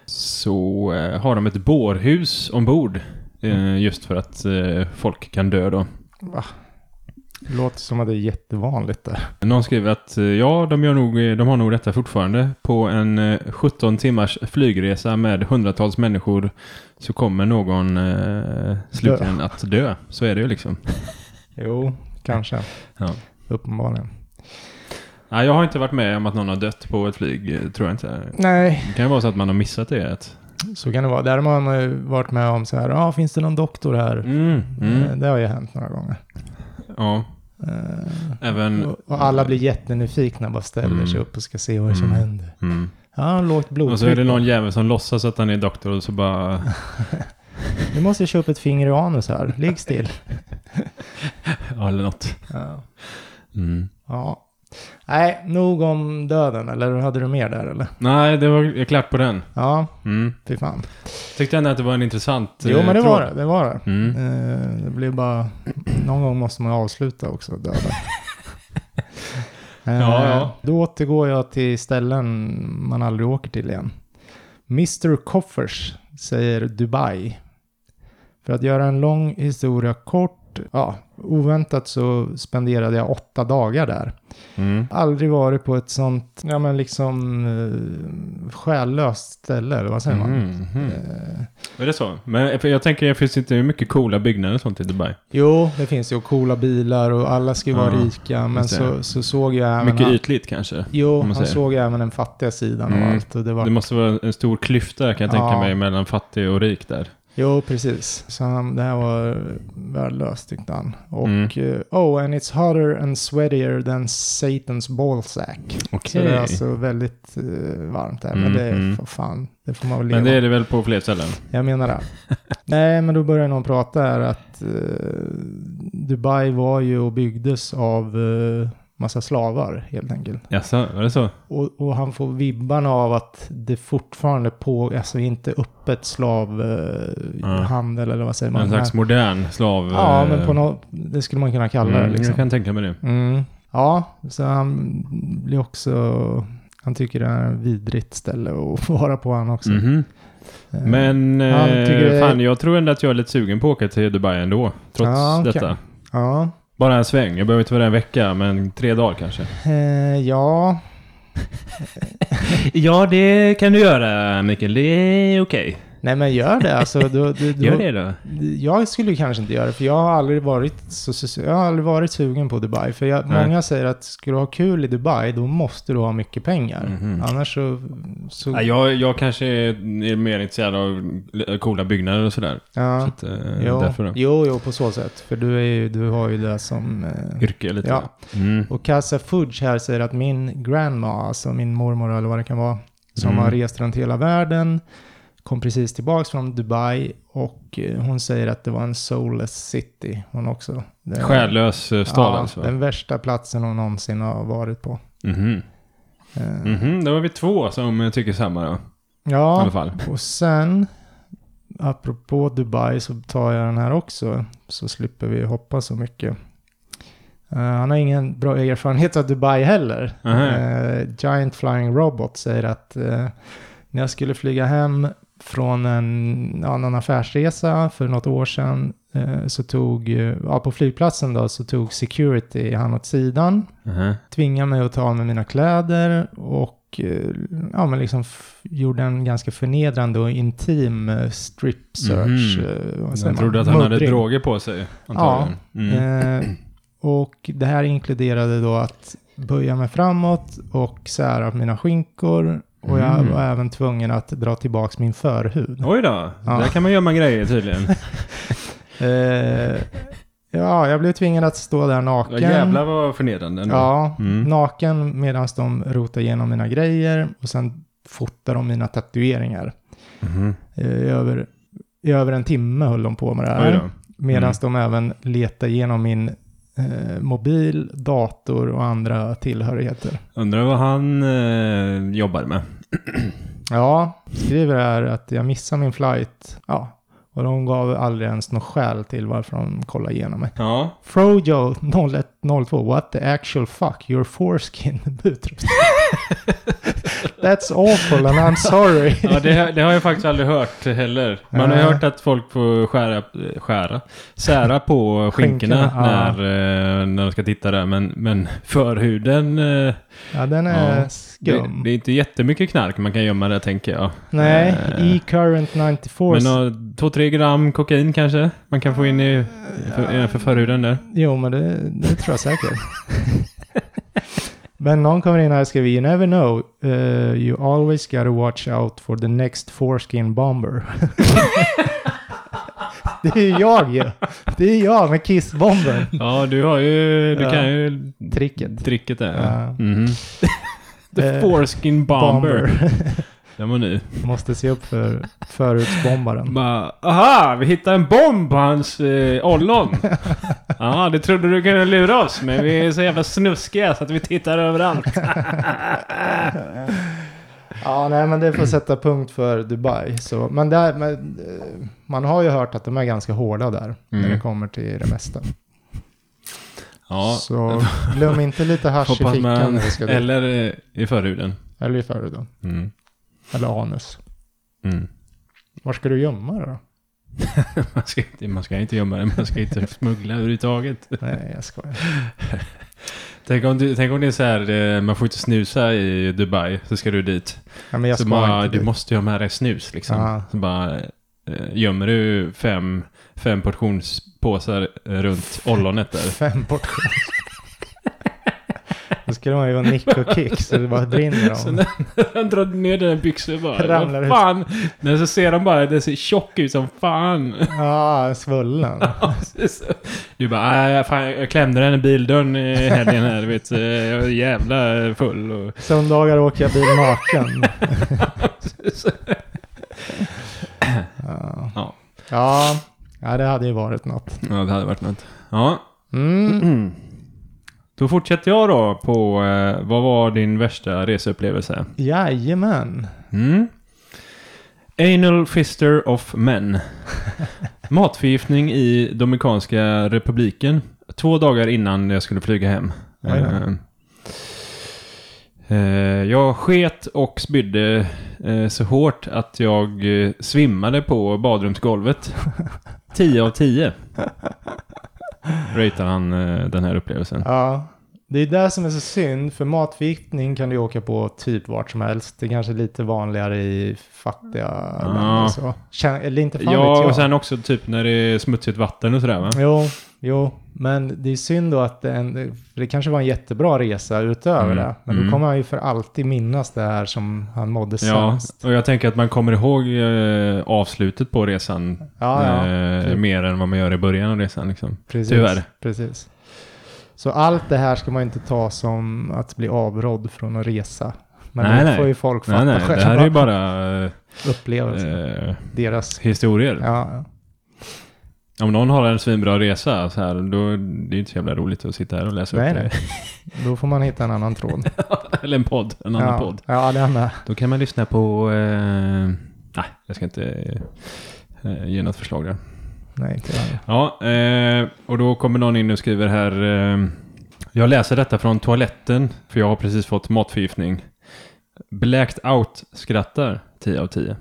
så eh, har de ett bårhus ombord. Eh, just för att eh, folk kan dö då.
Det låter som att det är jättevanligt där.
Någon skriver att eh, ja, de, gör nog, eh, de har nog detta fortfarande. På en eh, 17 timmars flygresa med hundratals människor så kommer någon eh, slutligen att dö. Så är det ju liksom.
Jo, kanske.
Ja.
Uppenbarligen.
Nej, jag har inte varit med om att någon har dött på ett flyg, eh, tror jag inte.
Nej,
Det kan ju vara så att man har missat det. Att...
så kan det vara. Däremot har man ju varit med om så här, ja ah, finns det någon doktor här?
Mm,
Eh,
mm,
Det har ju hänt några gånger.
ja,
Eh,
även...
och, och alla blir jättenyfikna, bara ställer
Mm.
sig upp och ska se vad som
Mm.
händer.
Mm.
Ja, lågt blodtryck.
Och så är det någon jävel som låtsas att han är doktor och så bara...
Nu måste jag köpa ett finger i anus här. Ligg still.
Ja, eller något.
ja.
Mm.
ja. Nej, nog om döden. Eller hade du mer där eller?
Nej, det var jag är klart på den.
Ja,
Mm.
fy fan.
Tyckte ändå att det var en intressant
Jo,
eh,
men det
tråd.
var det. Det var det.
Mm.
Eh, Det blir bara... Någon gång måste man avsluta också, döden. Eh,
Ja, ja.
Då återgår jag till ställen man aldrig åker till igen. Mr Coffers säger Dubai. För att göra en lång historia kort, ja, oväntat så spenderade jag åtta dagar där.
Mm.
Aldrig varit på ett sånt, ja men liksom eh, själlöst ställe, eller vad säger man?
Mm, mm.
Eh,
Är det så? Men för jag tänker, det finns inte mycket coola byggnader och sånt i Dubai.
Jo, det finns ju coola bilar och alla ska ju vara
Ja,
rika. Men
just det.
så, så såg jag även...
mycket
han,
ytligt kanske.
Jo,
man
han
säger.
såg ju även den fattiga sidan av
Mm.
allt. Och det var,
Det måste vara en stor klyfta kan jag tänka
Ja.
mig mellan fattig och rik där.
Jo, precis. Så han, det här var värdelöst tyckte han. Och
Mm.
eh, oh, and it's hotter and sweatier than Satan's ballsack. Så
Okej.
det är alltså väldigt eh, varmt där. Men
Mm,
det är
mm.
för fan, det får man väl leva
Men det är det väl på fler ställen?
Jag menar det. Nej, men då börjar någon prata här att att eh, Dubai var ju och byggdes av eh, massa slavar helt enkelt.
Jaså, var det så?
Och, och han får vibbarna av att det fortfarande på, alltså inte öppet slavhandel eh,
Mm.
handel eller vad säger man?
En slags modern slav...
Ja,
eh,
men på något, det skulle man kunna kalla
mm,
det liksom.
Jag kan tänka mig det.
Mm. Ja, så han blir också... Han tycker det är ett vidrigt ställe att vara på han också.
Mhm.
Eh,
Men
Han tycker
eh,
det-
fan, jag tror ändå att jag är lite sugen på att åka till Dubai ändå. Trots
Ja, okej.
detta.
Ja.
Bara en sväng. Jag behöver inte vara där en vecka, men tre dagar kanske.
Eh, ja.
Ja, det kan du göra Mikael. Det är okej.
Nej men gör det alltså. Du, du, du,
då.
Jag skulle ju kanske inte göra det för jag har aldrig varit, så, så, jag har aldrig varit sugen på Dubai. För jag,
Nej.
många säger att ska du ha kul i Dubai då måste du ha mycket pengar.
Mhm.
Annars så... så
Ja, jag, jag kanske är är mer intresserad av l- coola byggnader och sådär. Så
ja.
att, eh,
Jo,
därför då.
jo, jo, på så sätt. För du, är ju, du har ju det som... eh,
Yrke lite.
Ja.
Mm.
Och Casa Fudge här säger att min grandma, alltså min mormor eller vad det kan vara, som
Mm.
har rest runt hela världen, kom precis tillbaks från Dubai och eh, hon säger att det var en soulless city hon också. Det-
Själlös eh, stad alltså.
Den värsta platsen hon någonsin har varit på.
Mhm.
Eh,
Mhm, då var vi två som eh, tycker samma då. I alla
Ja,
fall.
och sen, apropå Dubai så tar jag den här också, så slipper vi hoppa så mycket. Eh, han har ingen bra erfarenhet av Dubai heller.
Aha.
Eh, Giant Flying Robot säger att eh, när jag skulle flyga hem från en ja, någon affärsresa för något år sedan eh, så tog, eh, ja, på flygplatsen då, så tog security han åt sidan
Mhm.
tvingade mig att ta av mig mina kläder och eh, ja, men liksom f- gjorde en ganska förnedrande och intim eh, strip search.
Mhm.
eh, vad säger man?
Jag trodde att han hade
Muddring.
droger på sig. Antagligen. Mm.
Eh, och det här inkluderade då att böja mig framåt och sära på mina skinkor. Och jag
Mm.
var även tvungen att dra tillbaka min förhud.
Oj då.
Ja.
Där kan man gömma grejer tydligen.
Eh, ja, jag blev tvingad att stå där
Ja,
naken.
jävlar vad förnedrande. ändå.
eh, Ja,
Mm.
naken medan de rotar igenom mina grejer och sen fotar de mina tatueringar.
Mhm.
Eh, I över, I över en timme höll de på med det
Oj
här.
då. Mm.
Medan de även letade igenom min eh, mobil, dator och andra tillhörigheter.
Undrar vad han eh, jobbar med.
Ja, skriver här att jag missar min flight. Ja, och de gav aldrig ens något skäl till varför de kollade igenom mig.
Ja.
Frojo 0102, what the actual fuck, your foreskin, utropstecken. That's awful and I'm sorry.
Ja, det, det har jag faktiskt aldrig hört heller. Man har ju
Nej.
hört att folk får skära, skära sära på skinkorna
Skinkorna, ja.
när, eh, när de ska titta där. Men, men förhuden, eh,
ja, den är
Ja, det,
skum.
det är inte jättemycket knark man kan gömma där tänker jag.
Nej,
Eh,
E-Current 94.
Men uh, två, tre gram kokain kanske man kan få in i, för, för förhuden där.
Jo, men det, det tror jag säkert. men någon kommer in här och skriver, you never know, eh, you always gotta watch out for the next foreskin bomber. det är ju jag ju. Det är jag med kissbomben.
Ja, du har ju, du
Ja.
kan ju
Tricket.
tricket där.
Ja.
Ja. Mhm. The
Eh,
foreskin bomber. Den var ny.
Måste se upp för förortsbombaren.
Bara, aha, vi hittade en bomb på hans eh, ollon. Ja, det trodde du kunde lura oss, men vi är så jävla snuskiga så att vi tittar överallt.
Ja, nej, men det får sätta punkt för Dubai. Så, men där, men, eh, man har ju hört att de är ganska hårda där när
Mm.
det kommer till det mesta.
Ja,
Så glöm inte lite hasch i
hoppas
fickan
man.
när vi ska dit.
Eller eh, i förhuden.
Eller i förhuden.
Mm.
Eller anus.
Mm.
Var ska du gömma det då?
Man, ska inte, man ska inte gömma det, man ska inte smuggla överhuvudtaget.
Nej, jag skojar.
Tänk om, du, tänk om det är så här, eh, man får inte snusa i Dubai, så ska du dit.
Ja, men jag
så
ska
bara,
inte
du
dit.
måste ju ha med dig snus liksom.
Ja.
Så bara, eh, gömmer du fem, fem portionspåsar eh, runt ollonet där.
Fem portioner. Då skulle man ju vara nick och kick så det bara brinner
Så
om.
när han drar ner dina byxor bara.
Ramlar
Ramlar
ut.
fan. Men så ser de bara, den ser tjock ut som fan.
Ja, svullen.
Du bara, äh, fan jag klämde den i bildörren i helgen här, du vet. eh, Jag är jävla full och...
Söndagar åker jag bil naken. ja.
Ja.
ja. Ja, det hade ju varit något.
Ja, det hade varit något. Ja,
Mm.
då fortsätter jag då på eh, vad var din värsta reseupplevelse?
Jajamän.
Mm. Anal Fister of Men. Matförgiftning i Dominikanska republiken. Två dagar innan jag skulle flyga hem.
Oj då.
Eh, eh, jag sket och spydde eh, så hårt att jag eh, svimmade på badrumsgolvet. 10 av 10. Ratear han eh, den här upplevelsen.
Ja. Det är det som är så synd, för matförgiftning kan du åka på typ vart som helst. Det är kanske lite vanligare i fattiga länder och så. Kän- eller inte fan vet
Ja,
jag.
och sen också typ när det är smutsigt vatten och sådär va?
Jo, jo, men det är synd då att en, för det kanske var en jättebra resa utöver
Mm,
det. Men
mm.
då kommer han ju för alltid minnas det här som han mådde
Ja,
sämst.
och jag tänker att man kommer ihåg eh, avslutet på resan
Ja, ja,
eh,
typ.
mer än vad man gör i början av resan. Liksom.
precis.
tyvärr.
Precis. Så allt det här ska man inte ta som att bli avrådd från att resa. Men
Nej,
det
nej.
får ju folk fatta
Nej, nej, det här är ju bara eh,
upplevelsen.
eh,
Deras...
historier.
Ja,
Om någon har en svinbra resa, så här, då, det är inte så jävla roligt att sitta här och läsa
Nej,
upp
nej.
det.
då får man hitta en annan tråd.
Eller en podd, en annan
ja,
podd.
Ja, det är med.
Då kan man lyssna på... Eh, nej, jag ska inte eh, ge något förslag där.
Nej, inte jag.
Ja, eh, och då kommer någon in och skriver här. Eh, jag läser detta från toaletten, för jag har precis fått matförgiftning. Blacked out skrattar 10 av 10.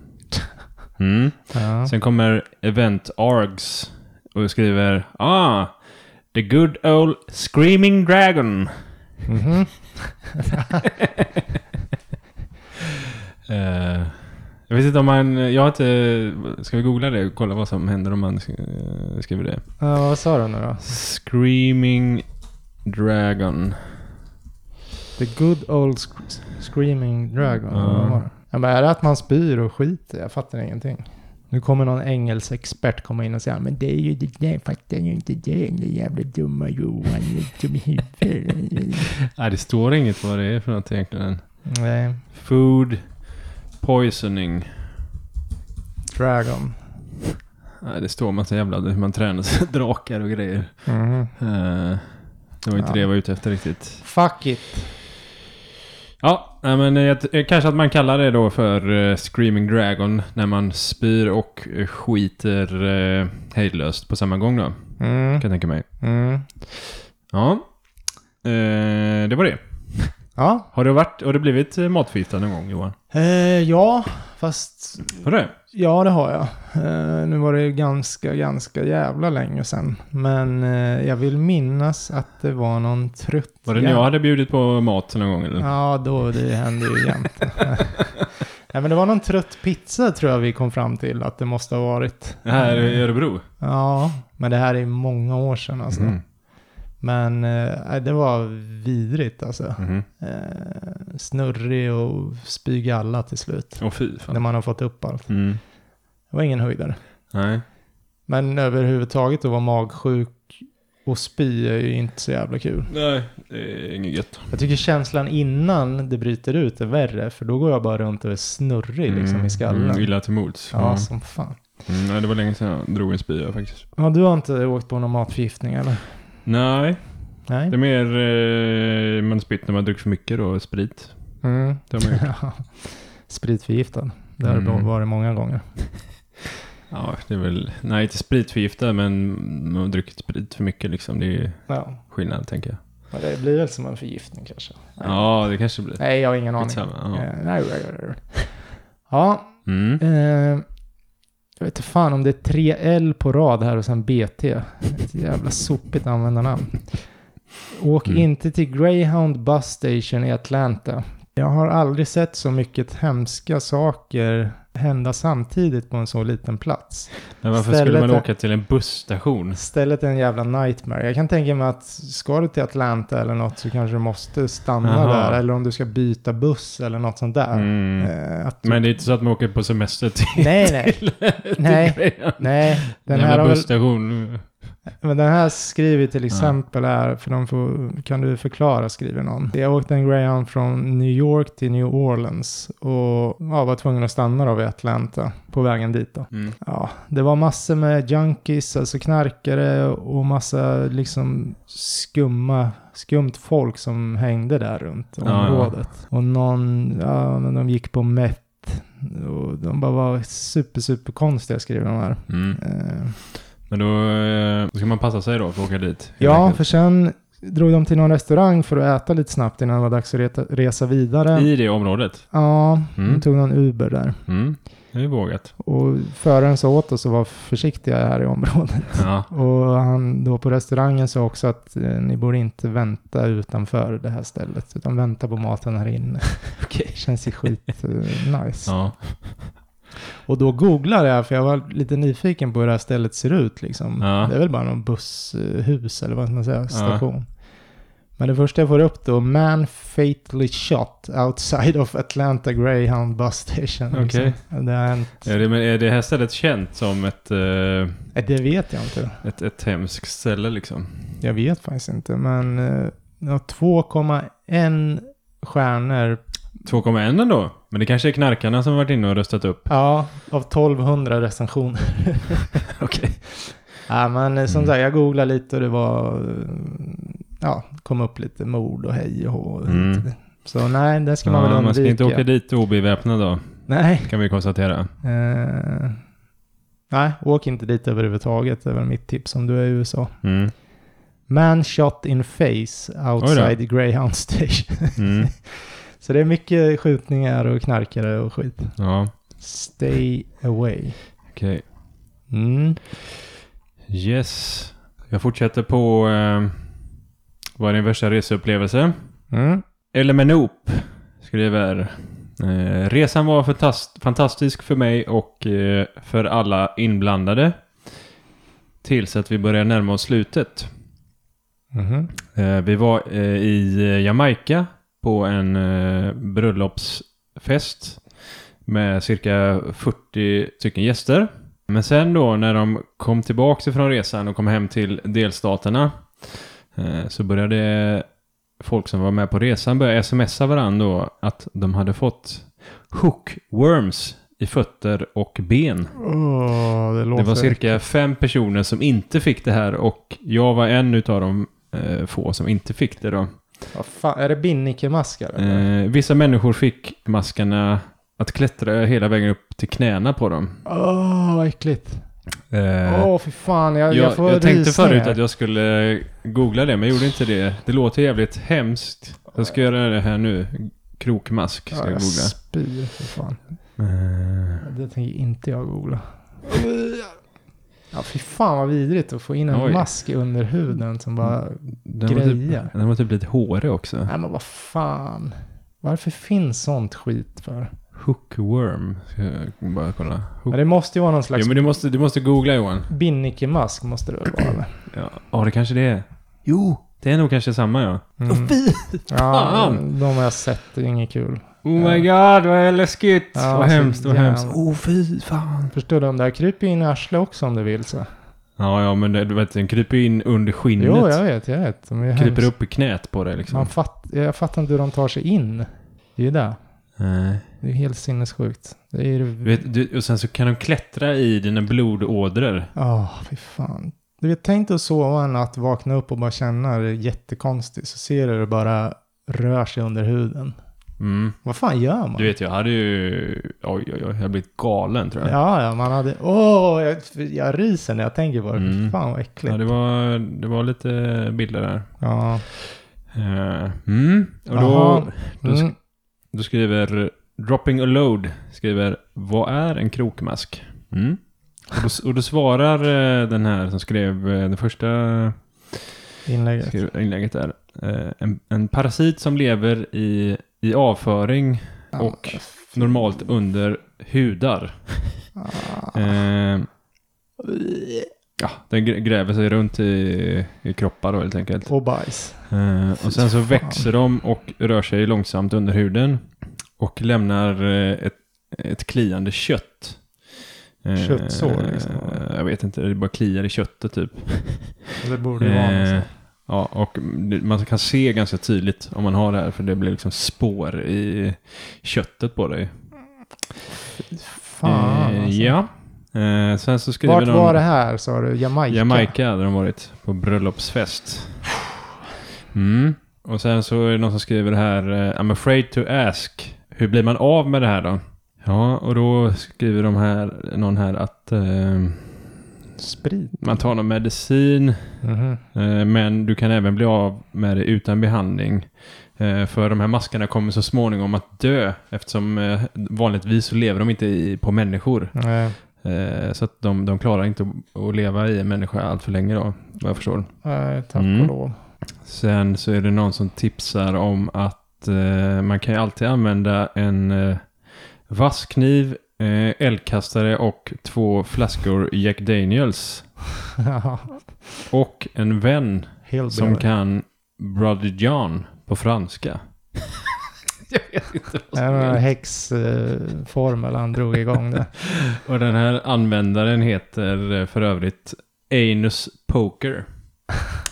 Mm.
Ja.
Sen kommer Event Args och skriver Ah, the good old screaming dragon.
Mhm.
Eh, jag vet inte om man, jag har inte, ska vi googla det och kolla vad som händer om man eh, skriver det?
ja, vad sa du nu då?
Screaming dragon.
The good old sc- screaming dragon.
Ja.
vad var det? Ja, men är det att man spyr och skiter? Jag fattar ingenting. Nu kommer någon engelsk expert komma in och säga men det är ju det där, fattar ju inte det, den jävla dumma Johan, du är dum i huvudet."
Nej, det står inget vad det är för något egentligen.
Nej,
Food poisoning.
dragon.
Nej, det står massa jävla hur man tränar sig, drakar och grejer.
Mhm.
Eh, det var inte
Ja.
det jag var ute efter riktigt.
Fuck it.
Ja, nej, men jag, jag, kanske att man kallar det då för eh, Screaming Dragon när man spyr och eh, skiter eh, hejdlöst på samma gång då. Kan
Mm.
jag tänka mig.
Mm.
Ja, eh, det var det.
Ja.
Har det, varit, har det blivit eh, matförgiftad någon gång Johan?
Eh, ja, fast
Har det?
Ja, det har jag. Eh, nu var det ju ganska, ganska jävla länge sedan. Men eh, jag vill minnas att det var någon trutt.
Var det när jag hade bjudit på mat någon gång eller?
Ja, då, det händer ju jämt. Nej, men det var någon trött pizza tror jag vi kom fram till att det måste ha varit.
Det här i Örebro?
Ja, men det här är många år sedan alltså.
Mm.
Men eh, det var vidrigt alltså.
Mhm.
Eh, snurrig och spygalla till slut.
Åh fy fan.
När man har fått upp allt.
Mm.
Det var ingen höjdare.
Nej.
Men överhuvudtaget att vara magsjuk och spy är ju inte så jävla kul.
Nej, det är inget gött.
Jag tycker känslan innan det bryter ut är värre, för då går jag bara runt och är snurrig liksom i skallen.
Mm, illa till mods.
ja,
Ja.
som fan.
Mm, nej, det var länge sedan jag drog en spya faktiskt.
Ja, du har inte åkt på någon matförgiftning eller?
Nej,
Nej.
det är mer eh, man spytt när man druckit för mycket då, sprit.
Mm.
Det har man gjort.
Spritförgiftad. Det har det
Mm.
varit många gånger.
ja, det är väl, nej inte spritförgiftad men man har druckit sprit för mycket liksom. Det är
Ja,
skillnad tänker jag.
men det blir väl som en förgiftning kanske. Nej.
Ja, det kanske blir.
Nej, jag har ingen aning.
Skitsamma, ja.
Eh, nej, nej, nej, nej. Ja,
Mm.
Eh, jag vet inte fan om det är 3L på rad här och sen BT. Ett jävla sopigt användarnamn. Åk
Mm.
inte till Greyhound Bus Station i Atlanta. Jag har aldrig sett så mycket hemska saker hända samtidigt på en så liten plats.
Men varför skulle
Stället
man
är-
åka till en busstation?
Stället är en jävla nightmare. Jag kan tänka mig att ska du till Atlanta eller något så kanske du måste stanna
Jaha.
där. Eller om du ska byta buss eller något sånt där.
Mm.
Eh, att
Men det är inte så att man åker på semester till...
Nej, nej.
till
Nej.
grejen.
Nej, den
Jävla
här har väl...
busstation.
Men den här skriver till exempel är, för de får, kan du förklara skriver någon. Jag åkte en greyhound från New York till New Orleans och ja, var tvungen att stanna då vid Atlanta på vägen dit då.
Mm.
Ja, det var massor med junkies, alltså knarkare och massa liksom skumma, skumt folk som hängde där runt
Ja, ja.
området. Och någon, ja men de gick på meth och de bara var super, super konstiga skriver de här.
Mm.
Eh,
Men då eh, ska man passa sig då för att åka dit. helt
Ja,
enkelt.
för sen drog de till någon restaurang för att äta lite snabbt innan det var dags att reta, resa vidare.
I det området.
Ja,
Mm.
de tog någon Uber där.
Mm. Det är vågat.
Och föraren sa åt oss att vara försiktiga här i området.
Ja.
Och han då på restaurangen sa också att eh, ni borde inte vänta utanför det här stället, utan vänta på maten här inne.
Okej.
Känns ju skit eh, nice.
Ja.
Och då googlade jag, för jag var lite nyfiken på hur det här stället ser ut. Liksom.
Ja.
Det är väl bara någon busshus eller vad ska man säga, station. Men det första jag får upp då, man fatally shot outside of Atlanta Greyhound bus station.
Okej.
Liksom. Det, har hänt-
Är det, men är det här stället känt som ett, eh,
eh, det vet jag inte.
ett, ett hemskt ställe liksom?
Jag vet faktiskt inte, men eh, det har 2,1 stjärnor
2,1 ändå. Men det kanske är knarkarna som varit inne och röstat upp.
ja, av 1200 recensioner.
Okej.
Ja, men eh, som
Mm.
sagt, jag googlade lite och det var... eh, Ja, kom upp lite mord och hej och hå.
Mm.
Så nej, det ska man väl
Ja,
undvika.
man ska inte åka dit obeväpnad då,
Nej.
kan vi konstatera.
Eh, nej, åk inte dit överhuvudtaget. Det är väl mitt tips om du är i USA.
Mm.
Man shot in face outside Greyhound station.
Mm.
Så det är mycket skjutningar och knarkare och skit.
Ja,
Stay away.
okej.
Mm.
Yes. Jag fortsätter på... Eh, vad är din värsta reseupplevelse?
Mm.
Elemenop skriver. Eh, resan var fantast- fantastisk för mig och eh, för alla inblandade. Tills att vi började närma oss slutet.
Mhm.
Eh, vi var eh, i eh, Jamaica på en eh, bröllopsfest med cirka 40 stycken gäster. Men sen då när de kom tillbaka ifrån resan och kom hem till delstaterna eh, så började folk som var med på resan börja smsa varandra då att de hade fått hookworms i fötter och ben.
Åh, det låter...
Det var cirka fem personer som inte fick det här och jag var en utav de eh, få som inte fick det då.
Vad fan, är det binnikemaskar? eller?
Eh, vissa människor fick maskarna att klättra hela vägen upp till knäna på dem.
Åh, vad äckligt. Åh,
Eh,
fy fan. Jag, jag,
jag,
får
jag tänkte
rysningar.
förut att jag skulle googla det, men jag gjorde inte det. Det låter jävligt hemskt. Jag ska göra det här nu. Krokmask ska
Ja,
jag
jag
googla.
spyr, för fan.
Eh,
Det tänker inte jag googla. Ja, fy fan vad vidrigt att få in en
Oj.
mask under huden som bara...
den, var typ,
Grejer.
den var typ lite hårig också.
Nej, men vad fan. Varför finns sånt skit för?
Hookworm. Ska jag bara kolla. Hook.
Men det måste ju vara någon
Jo,
slags
men du måste, du måste googla Johan.
binnikemask måste det väl vara? eller?
Ja, ja, det kanske det är. Jo! Det är nog kanske samma ja.
Mm. Ja,
fan!
de har jag sett. Det är inget kul.
Oh my god, vad läskigt!
Ja,
vad
så
hemskt, vad
jävla-
hemskt. Oh fy fan.
Förstår du? De där kryper ju in i arslet också om du vill så.
Ja, ja, men det- du vet, den kryper ju in under skinnet.
Jo, jag vet, jag vet. De är ju
kryper
hemska.
upp i knät på dig liksom.
Man fatt, jag fattar inte hur de tar sig in. Det är ju det.
Nej.
Det är helt sinnessjukt. Det är
Eh, Du vet, du, och sen så kan de klättra i dina blodådror.
Ja, fy fan. Du vet, tänk dig att sova en natt, vakna upp och bara känna det är jättekonstigt. Så ser du hur det bara rör sig under huden.
Mm.
Vad fan gör man?
Du vet, jag hade ju... Oj, oj, oj. Jag hade blivit galen tror jag.
Ja, ja, man hade... Åh, jag, jag ryser när jag tänker på det.
Mm.
Fan vad äckligt.
Ja, det, var, det var lite bilder där.
Ja.
Eh, Mm. Och då,
Jaha.
då sk-
Mm.
Du skriver Dropping a load skriver Vad är en krokmask? Mm. Och, då, och då svarar eh, den här som skrev eh, det första
Inlägget.
skrev inlägget där. eh, En, en parasit som lever i, i avföring
Ja,
och
men-
normalt under hudar.
Ah.
Eh, ja, den grä- gräver sig runt i, i kroppar då helt enkelt.
Och bajs.
Eh, och sen så
Fan.
växer de och rör sig långsamt under huden och lämnar eh, ett, ett kliande kött. Eh,
Köttsår, liksom.
Jag vet inte, det bara kliar i köttet typ.
Det borde ju vara
Eh,
någonstans.
Ja, och det- man kan se ganska tydligt om man har det här, för det blir liksom spår i köttet på dig.
Fan
Eh,
alltså.
Ja. Eh, sen så skriver
Vart
någon...
var det här sa du? Jamaica?
Jamaica hade de varit på bröllopsfest. Mm. Och sen så är det någon som skriver här, eh, I'm afraid to ask. Hur blir man av med det här då? Ja, och då skriver de här, någon här att eh,
Sprit?
man tar någon medicin,
Mhm.
eh, men du kan även bli av med det utan behandling. Eh, för de här maskarna kommer så småningom att dö, eftersom eh, vanligtvis så lever de inte i, på människor.
Nej.
Eh, så att de, de klarar inte att- att leva i en människa allt för länge då, vad jag förstår.
Nej, eh, tack
Mm.
och lov.
Sen så är det någon som tipsar om att eh, man kan ju alltid använda en eh, vass kniv, eh, eldkastare och två flaskor Jack Daniels. Och en vän
Helt
som kan Brother John på franska. Jag vet inte vad som
En
är.
häxformel eh, han drog igång där.
Och den här användaren heter eh, för övrigt Anus Poker.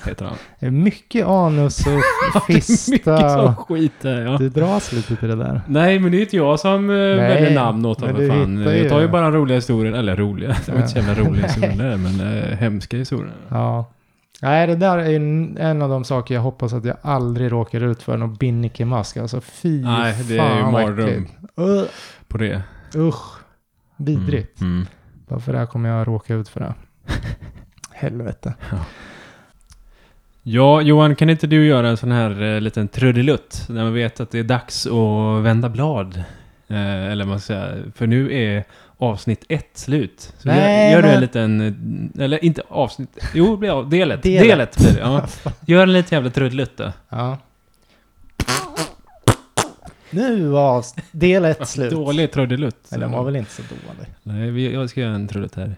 Heter han.
Det är mycket anus och
Mycket sån
fista.
skit där, ja.
Du dras lite till det där.
Nej, men det är inte jag som eh, väljer namn åt dem.
men
för
du
Fan.
hittar ju-
Jag tar ju bara den roliga historien. Eller roliga, det var inte så jävla roliga
Nej.
historien där, men eh, hemska historien.
Ja. Nej, det där är ju en av de saker jag hoppas att jag aldrig råkar ut för. Någon binnikemask. Alltså fy
Nej, det är
fan
ju
vad
mardröm
äckligt. Ugh,
på det. Mm,
Usch. Vidrigt.
Mm.
Varför där kommer jag råka ut för det? Helvete.
Ja, Johan, kan inte du göra en sån här eh, liten trudelutt när man vet att det är dags att vända blad? Eh, eller vad man ska säga, för nu är avsnitt ett slut. Så
Nej,
gör, gör du en
men-
liten, eh, eller inte avsnitt, jo, det blir av- delet.
Delet.
Delet, blir det, ja. Gör en liten jävla trudelutt då.
Ja. Nu var avs- del ett slut.
Dålig trudelutt.
Men den var väl inte så dålig.
Nej, vi, jag ska göra en trudelutt här.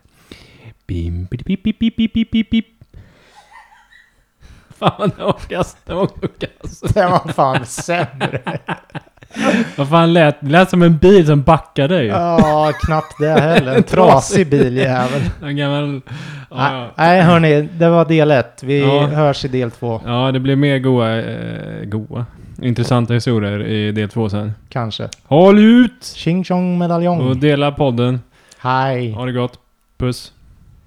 Bim, bidi, bip, bip, bip, bip, bip, bip, bip. Fan, den var kass. Den var så kass.
Den var fan sämre.
Vad fan lät? Det lät som en bil som backade ju.
Ja, knappt det heller. En trasig biljävel.
En gammal...
Nej,
Ja, ja.
nej, hörni, det var del ett. Vi
Ja.
hörs i del två,
ja, det blir mer goa... Eh, goa? Intressanta historier i del två sen.
kanske.
Håll ut!
Tjing tjong medaljong.
Och dela podden.
Hej.
Ha det gott. Puss.